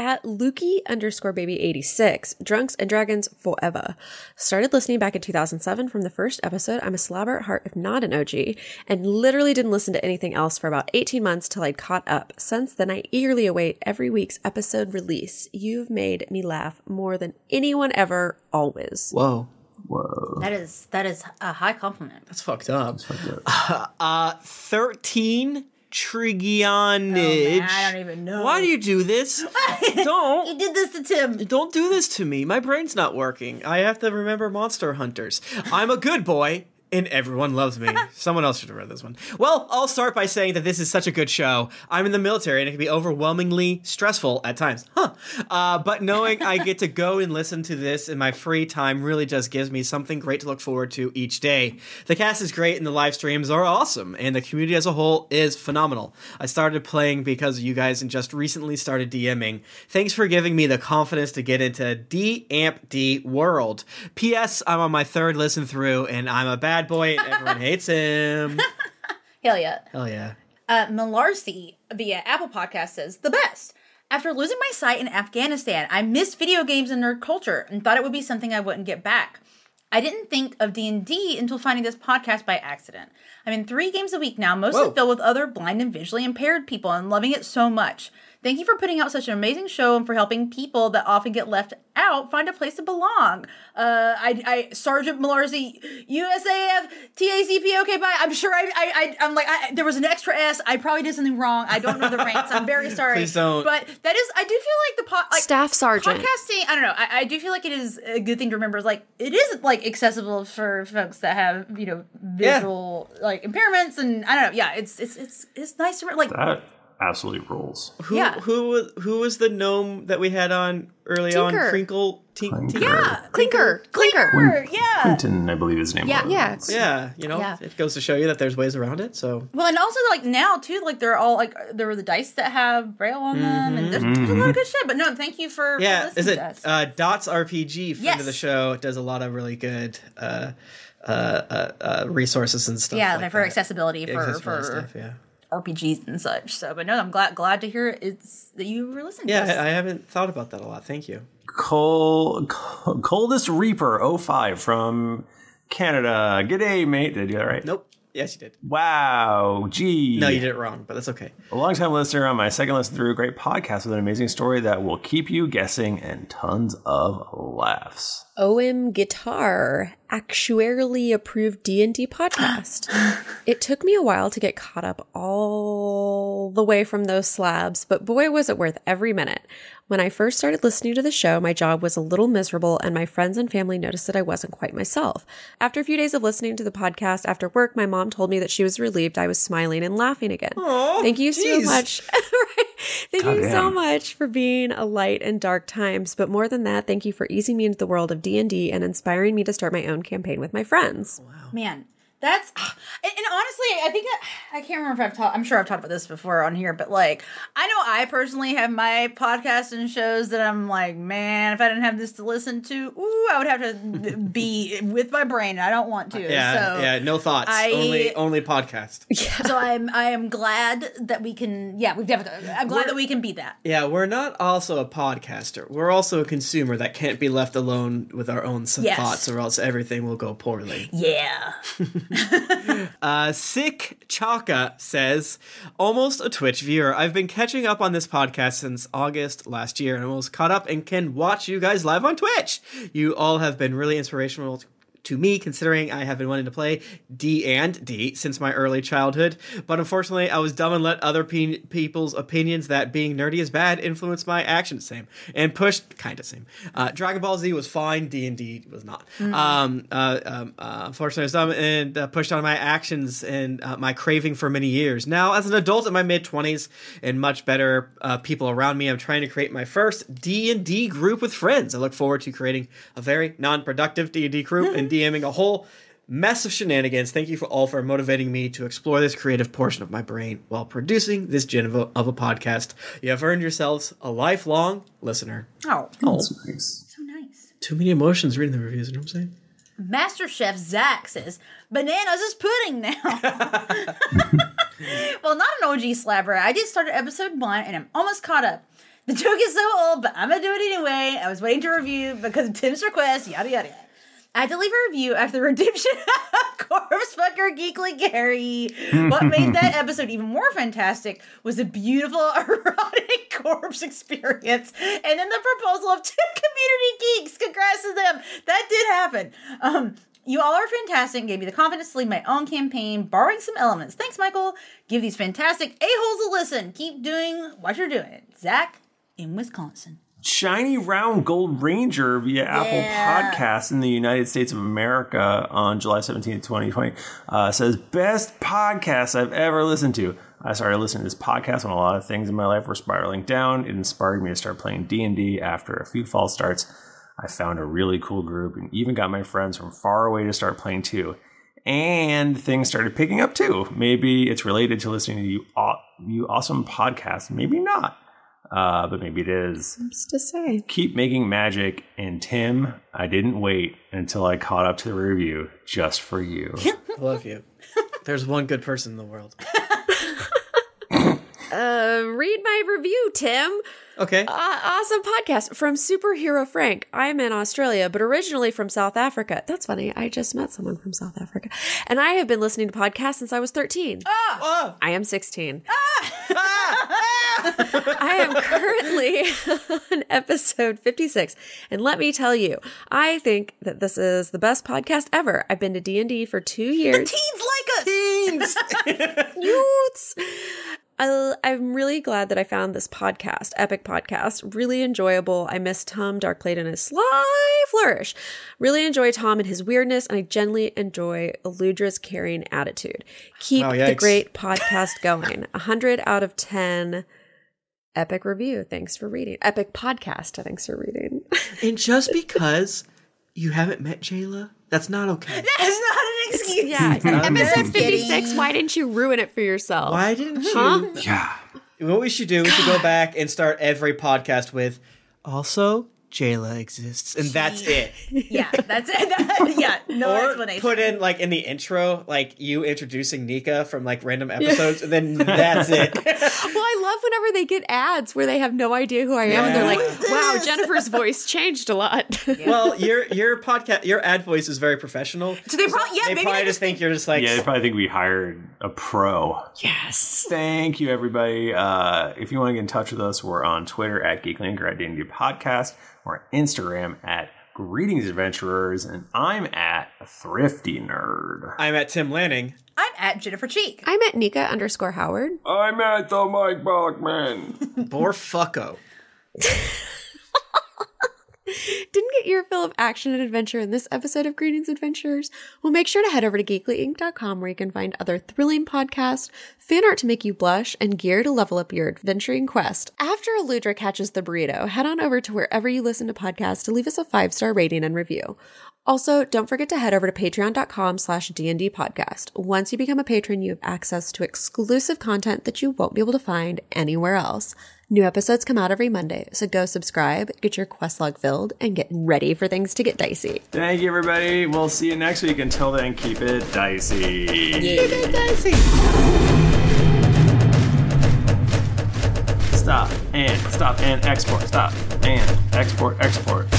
[SPEAKER 4] At Lukey underscore baby 86, Drunks and Dragons Forever. Started listening back in 2007 from the first episode. I'm a slobber at heart, if not an OG, and literally didn't listen to anything else for about 18 months till I'd caught up. Since then, I eagerly await every week's episode release. You've made me laugh more than anyone ever, always.
[SPEAKER 3] Whoa.
[SPEAKER 1] Whoa.
[SPEAKER 2] That is that is a high compliment.
[SPEAKER 3] That's fucked up. *laughs* Uh, 13
[SPEAKER 4] Oh,
[SPEAKER 3] Trigionage.
[SPEAKER 2] Oh I don't even know.
[SPEAKER 3] Why do you do this? don't.
[SPEAKER 2] *laughs* You did this to Tim.
[SPEAKER 3] Don't do this to me. My brain's not working. I have to remember Monster Hunters. I'm a good boy. And everyone
[SPEAKER 2] *laughs*
[SPEAKER 3] loves me. Someone else should have read this one. Well, I'll start by saying that this is such a good show. I'm in the military and it can be overwhelmingly stressful at times. Huh. Uh, but knowing I get to go and listen to this in my free time really just gives me something great to look forward to each day. The cast is great and the live streams are awesome, and the community as a whole is phenomenal. I started playing because of you guys and just recently started DMing. Thanks for giving me the confidence to get into D Amp D world. P.S. I'm on my third listen through and I'm a bad boy and everyone hates him.
[SPEAKER 2] Hell yeah.
[SPEAKER 3] Hell yeah.
[SPEAKER 2] Uh, Malarcy via Apple Podcast says the best. After losing my sight in Afghanistan, I missed video games and nerd culture and thought it would be something I wouldn't get back. I didn't think of D&D until finding this podcast by accident. I'm in three games a week now, mostly
[SPEAKER 13] Whoa.
[SPEAKER 2] filled with other blind and visually impaired people and loving it so much. Thank you for putting out such an amazing show and for helping people that often get left out find a place to belong. Uh, I, I Sergeant Malarzi, USAF, TACP, okay, bye. I'm sure I, I, I I'm like, I, there was an extra S. I probably did something wrong. I don't know the ranks.
[SPEAKER 4] *laughs*
[SPEAKER 2] I'm very sorry.
[SPEAKER 4] Please don't.
[SPEAKER 2] But that is, I do feel like the po- like
[SPEAKER 4] Staff sergeant.
[SPEAKER 2] podcasting. I don't know. I, I do feel like it is a good thing to remember. is, Like it is like accessible for folks that have you know
[SPEAKER 1] Yeah.
[SPEAKER 2] visual like impairments, and I don't know. Yeah, it's it's it's it's nice to re- like
[SPEAKER 1] That absolutely rules.
[SPEAKER 3] Who who was who was the gnome that we had on early on?
[SPEAKER 2] Tinker.
[SPEAKER 3] Crinkle Tink
[SPEAKER 2] yeah,
[SPEAKER 4] clinker, clinker,
[SPEAKER 2] Uh, yeah.
[SPEAKER 1] Clinton, I believe his name
[SPEAKER 2] Yeah.
[SPEAKER 1] was.
[SPEAKER 2] Yeah.
[SPEAKER 3] Yeah, you know,
[SPEAKER 2] Yeah.
[SPEAKER 3] it goes to show you that there's ways around it. So
[SPEAKER 2] Well, and also like now too, like they're all like there were the dice that have braille on them, and there's, there's a lot of good shit. But no, thank you for for
[SPEAKER 3] Mm-hmm. yeah,
[SPEAKER 2] listening
[SPEAKER 3] is it
[SPEAKER 2] to us.
[SPEAKER 3] uh, Dots RPG friend
[SPEAKER 2] Yes.
[SPEAKER 3] of the show does a lot of really good uh, uh, uh, uh, resources and stuff.
[SPEAKER 2] yeah,
[SPEAKER 3] like
[SPEAKER 2] like for accessibility for
[SPEAKER 3] Accessibility
[SPEAKER 2] for
[SPEAKER 3] stuff, yeah.
[SPEAKER 2] RPGs and such. So, but no, I'm glad glad to hear it's that you were listening.
[SPEAKER 3] yeah,
[SPEAKER 2] to us.
[SPEAKER 3] I, I haven't thought about that a lot. Thank you.
[SPEAKER 1] Cole, Col- Coldest Reaper 05 from Canada. G'day, mate. Did I do that right?
[SPEAKER 3] Nope. Yes, you did.
[SPEAKER 1] Wow. Gee.
[SPEAKER 3] No, you did it wrong, but that's okay.
[SPEAKER 1] A longtime listener on my second listen through, great podcast with an amazing story that will keep you guessing and tons of laughs.
[SPEAKER 4] OM Guitar, actuarially approved D&D podcast. it took me a while to get caught up all the way from those slabs, but boy was it worth every minute. When I first started listening to the show, my job was a little miserable and my friends and family noticed that I wasn't quite myself. After a few days of listening to the podcast after work, my mom told me that she was relieved I was smiling and laughing again. Thank you
[SPEAKER 13] jeez.
[SPEAKER 4] so much. *laughs* Thank you so
[SPEAKER 13] Goddamn.
[SPEAKER 4] much for being a light in dark times, but more than that, thank you for easing me into the world of D&D and inspiring me to start my own campaign with my friends.
[SPEAKER 2] Man, that's *sighs* and, and honestly, I think I, I can't remember if I've talked. I'm sure I've talked about this before on here, but like I know I personally have my podcasts and shows that I'm like, man, if I didn't have this to listen to, ooh, I would have to be *laughs* with my brain. and I don't want to.
[SPEAKER 3] Uh, Yeah,
[SPEAKER 2] so,
[SPEAKER 3] yeah, no thoughts.
[SPEAKER 2] I-
[SPEAKER 3] only only podcast.
[SPEAKER 2] So I'm I am glad that we can. Yeah, we've definitely. I'm glad that we can be that.
[SPEAKER 3] Yeah, we're not also a podcaster. We're also a consumer that can't be left alone with our own s-
[SPEAKER 2] Yes.
[SPEAKER 3] thoughts, or else everything will go poorly.
[SPEAKER 2] Yeah.
[SPEAKER 3] Uh, Sick Chaka says, almost a Twitch viewer. I've been catching up on this podcast since August last year and almost caught up and can watch you guys live on Twitch. You all have been really inspirational to me considering I have been wanting to play D and D since my early childhood, but unfortunately I was dumb and let other pe- people's opinions that being nerdy is bad influence my actions. Same and pushed kind of same. Uh, Dragon Ball Z was fine, D and D was not.
[SPEAKER 5] Mm.
[SPEAKER 3] Um, uh, um, uh, unfortunately, I was dumb and uh, pushed on my actions and uh, my craving for many years. Now, as an adult in my mid twenties and much better uh, people around me, I'm trying to create my first D and D group with friends. I look forward to creating a very non-productive D and D group and DMing a whole mess of shenanigans. Thank you for all for motivating me to explore this creative portion of my brain while producing this gem of a, of a podcast. You have earned yourselves a lifelong listener.
[SPEAKER 2] Oh,
[SPEAKER 1] So
[SPEAKER 2] nice.
[SPEAKER 3] Too many emotions reading the reviews. You know what I'm saying?
[SPEAKER 2] Master Chef Zach says, "Bananas is pudding now." well, not an OG slabber. I just started episode one and I'm almost caught up. The joke is so old, but I'm gonna do it anyway. I was waiting to review because of Tim's request. Yada yada. yada. I had to leave a review after the *laughs* redemption of Corpse Fucker Geekly Gary. What made that episode even more fantastic was the beautiful *laughs* erotic corpse experience and then the proposal of two community geeks. Congrats to them. That did happen. Um, you all are fantastic and gave me the confidence to lead my own campaign, borrowing some elements. Thanks, Michael. Give these fantastic a-holes a listen. Keep doing what you're doing. Zach in Wisconsin.
[SPEAKER 1] shiny round gold ranger via
[SPEAKER 2] Yeah.
[SPEAKER 1] Apple Podcasts in the United States of America on July 17th, 2020, uh, says, Best podcast I've ever listened to. I started listening to this podcast when a lot of things in my life were spiraling down. It inspired me to start playing D&D after a few false starts. I found a really cool group and even got my friends from far away to start playing too. And things started picking up too. Maybe it's related to listening to you, aw- you awesome podcasts. Maybe not, uh, but maybe it is.
[SPEAKER 4] to say.
[SPEAKER 1] Keep making magic. And Tim, I didn't wait until I caught up to the review just for you. *laughs*
[SPEAKER 3] I love you. There's one good person in the world.
[SPEAKER 4] Uh, read my review, Tim.
[SPEAKER 3] Okay.
[SPEAKER 4] Aw- awesome podcast from Superhero Frank. I'm in Australia, but originally from South Africa. That's funny. I just met someone from South Africa. And I have been listening to podcasts since I was 13. I am 16. I am currently *laughs* on episode 56. And let me tell you, I think that this is the best podcast ever. I've been to D&D for 2 years.
[SPEAKER 2] teens
[SPEAKER 4] like us.
[SPEAKER 2] *laughs*
[SPEAKER 4] Teens. *laughs* Youths. I, I'm really glad that I found this podcast, Epic Podcast, really enjoyable. I miss Tom Darkblade and his sly flourish. Really enjoy Tom and his weirdness, and I genuinely enjoy Eludra's caring attitude. Keep
[SPEAKER 11] Wow,
[SPEAKER 4] the
[SPEAKER 11] yikes.
[SPEAKER 4] great podcast going. 100 out of 10. Epic review. Thanks for reading. Epic podcast. Thanks for reading. *laughs*
[SPEAKER 3] And just because you haven't met Jayla, that's not okay.
[SPEAKER 2] That's not an excuse.
[SPEAKER 4] Yeah.
[SPEAKER 3] I'm
[SPEAKER 4] Episode
[SPEAKER 3] just
[SPEAKER 4] 56.
[SPEAKER 3] kidding.
[SPEAKER 4] Why didn't you ruin it for yourself?
[SPEAKER 3] Why didn't you?
[SPEAKER 4] Huh?
[SPEAKER 3] Yeah. What we should do, we should go back and start every podcast with also Jayla exists. And that's it.
[SPEAKER 2] yeah, that's it. *laughs* That- yeah, no
[SPEAKER 3] or
[SPEAKER 2] explanation.
[SPEAKER 3] put in like in the intro, like you introducing Nika from like random episodes, and then
[SPEAKER 4] *laughs*
[SPEAKER 3] that's it.
[SPEAKER 4] well, I love whenever they get ads where they have no idea who I am and they're
[SPEAKER 3] Yeah.
[SPEAKER 4] like, wow, Jennifer's voice changed a lot. *laughs*
[SPEAKER 3] Well, your your podcast, your ad voice is very professional.
[SPEAKER 4] So they probably- yeah,
[SPEAKER 3] they
[SPEAKER 4] maybe
[SPEAKER 3] probably
[SPEAKER 4] they
[SPEAKER 3] just think you're just like
[SPEAKER 1] yeah, they probably think we hired a pro.
[SPEAKER 4] Yes.
[SPEAKER 1] Thank you, everybody. Uh, if you want to get in touch with us, we're on Twitter at Geeklink or at D&D Podcast or Instagram at Greetings Adventurers, and I'm at Thrifty Nerd.
[SPEAKER 3] I'm at Tim Lanning.
[SPEAKER 2] I'm at Jennifer Cheek.
[SPEAKER 4] I'm at Nika underscore Howard.
[SPEAKER 1] I'm at the Mike Bachman.
[SPEAKER 3] Borfucko.
[SPEAKER 4] Didn't get your fill of action and adventure in this episode of Greetings Adventures? Well, make sure to head over to geeklyinc.com where you can find other thrilling podcasts, fan art to make you blush, and gear to level up your adventuring quest. After Aludra catches the burrito, head on over to wherever you listen to podcasts to leave us a five-star rating and review. Also, don't forget to head over to patreon.com slash D&D podcast. Once you become a patron, you have access to exclusive content that you won't be able to find anywhere else. New episodes come out every Monday, so go subscribe, get your quest log filled, and get ready for things to get dicey.
[SPEAKER 1] Thank you, everybody. We'll see you next week. Until then, keep it dicey. Stop and stop and export. Stop and export, export.
[SPEAKER 13] *laughs*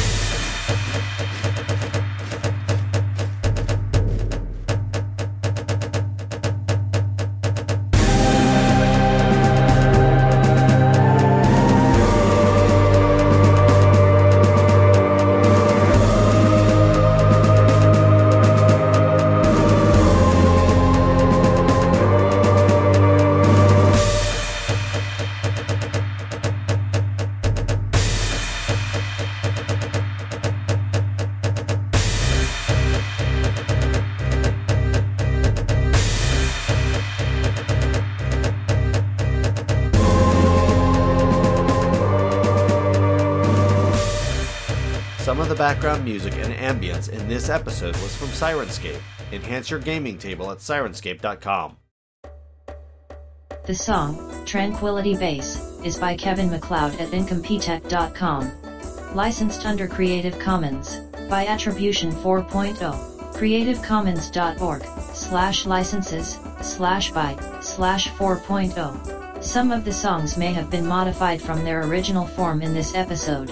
[SPEAKER 13] Some of the background music and ambience in this episode was from Sirenscape. Enhance your gaming table at sirenscape.com.
[SPEAKER 8] The song, Tranquility Base, is by Kevin McLeod at incompetech.com. Licensed under Creative Commons, by Attribution oh. 4.0, creativecommons.org, slash licenses, slash by, slash 4.0. Some of the songs may have been modified from their original form in this episode.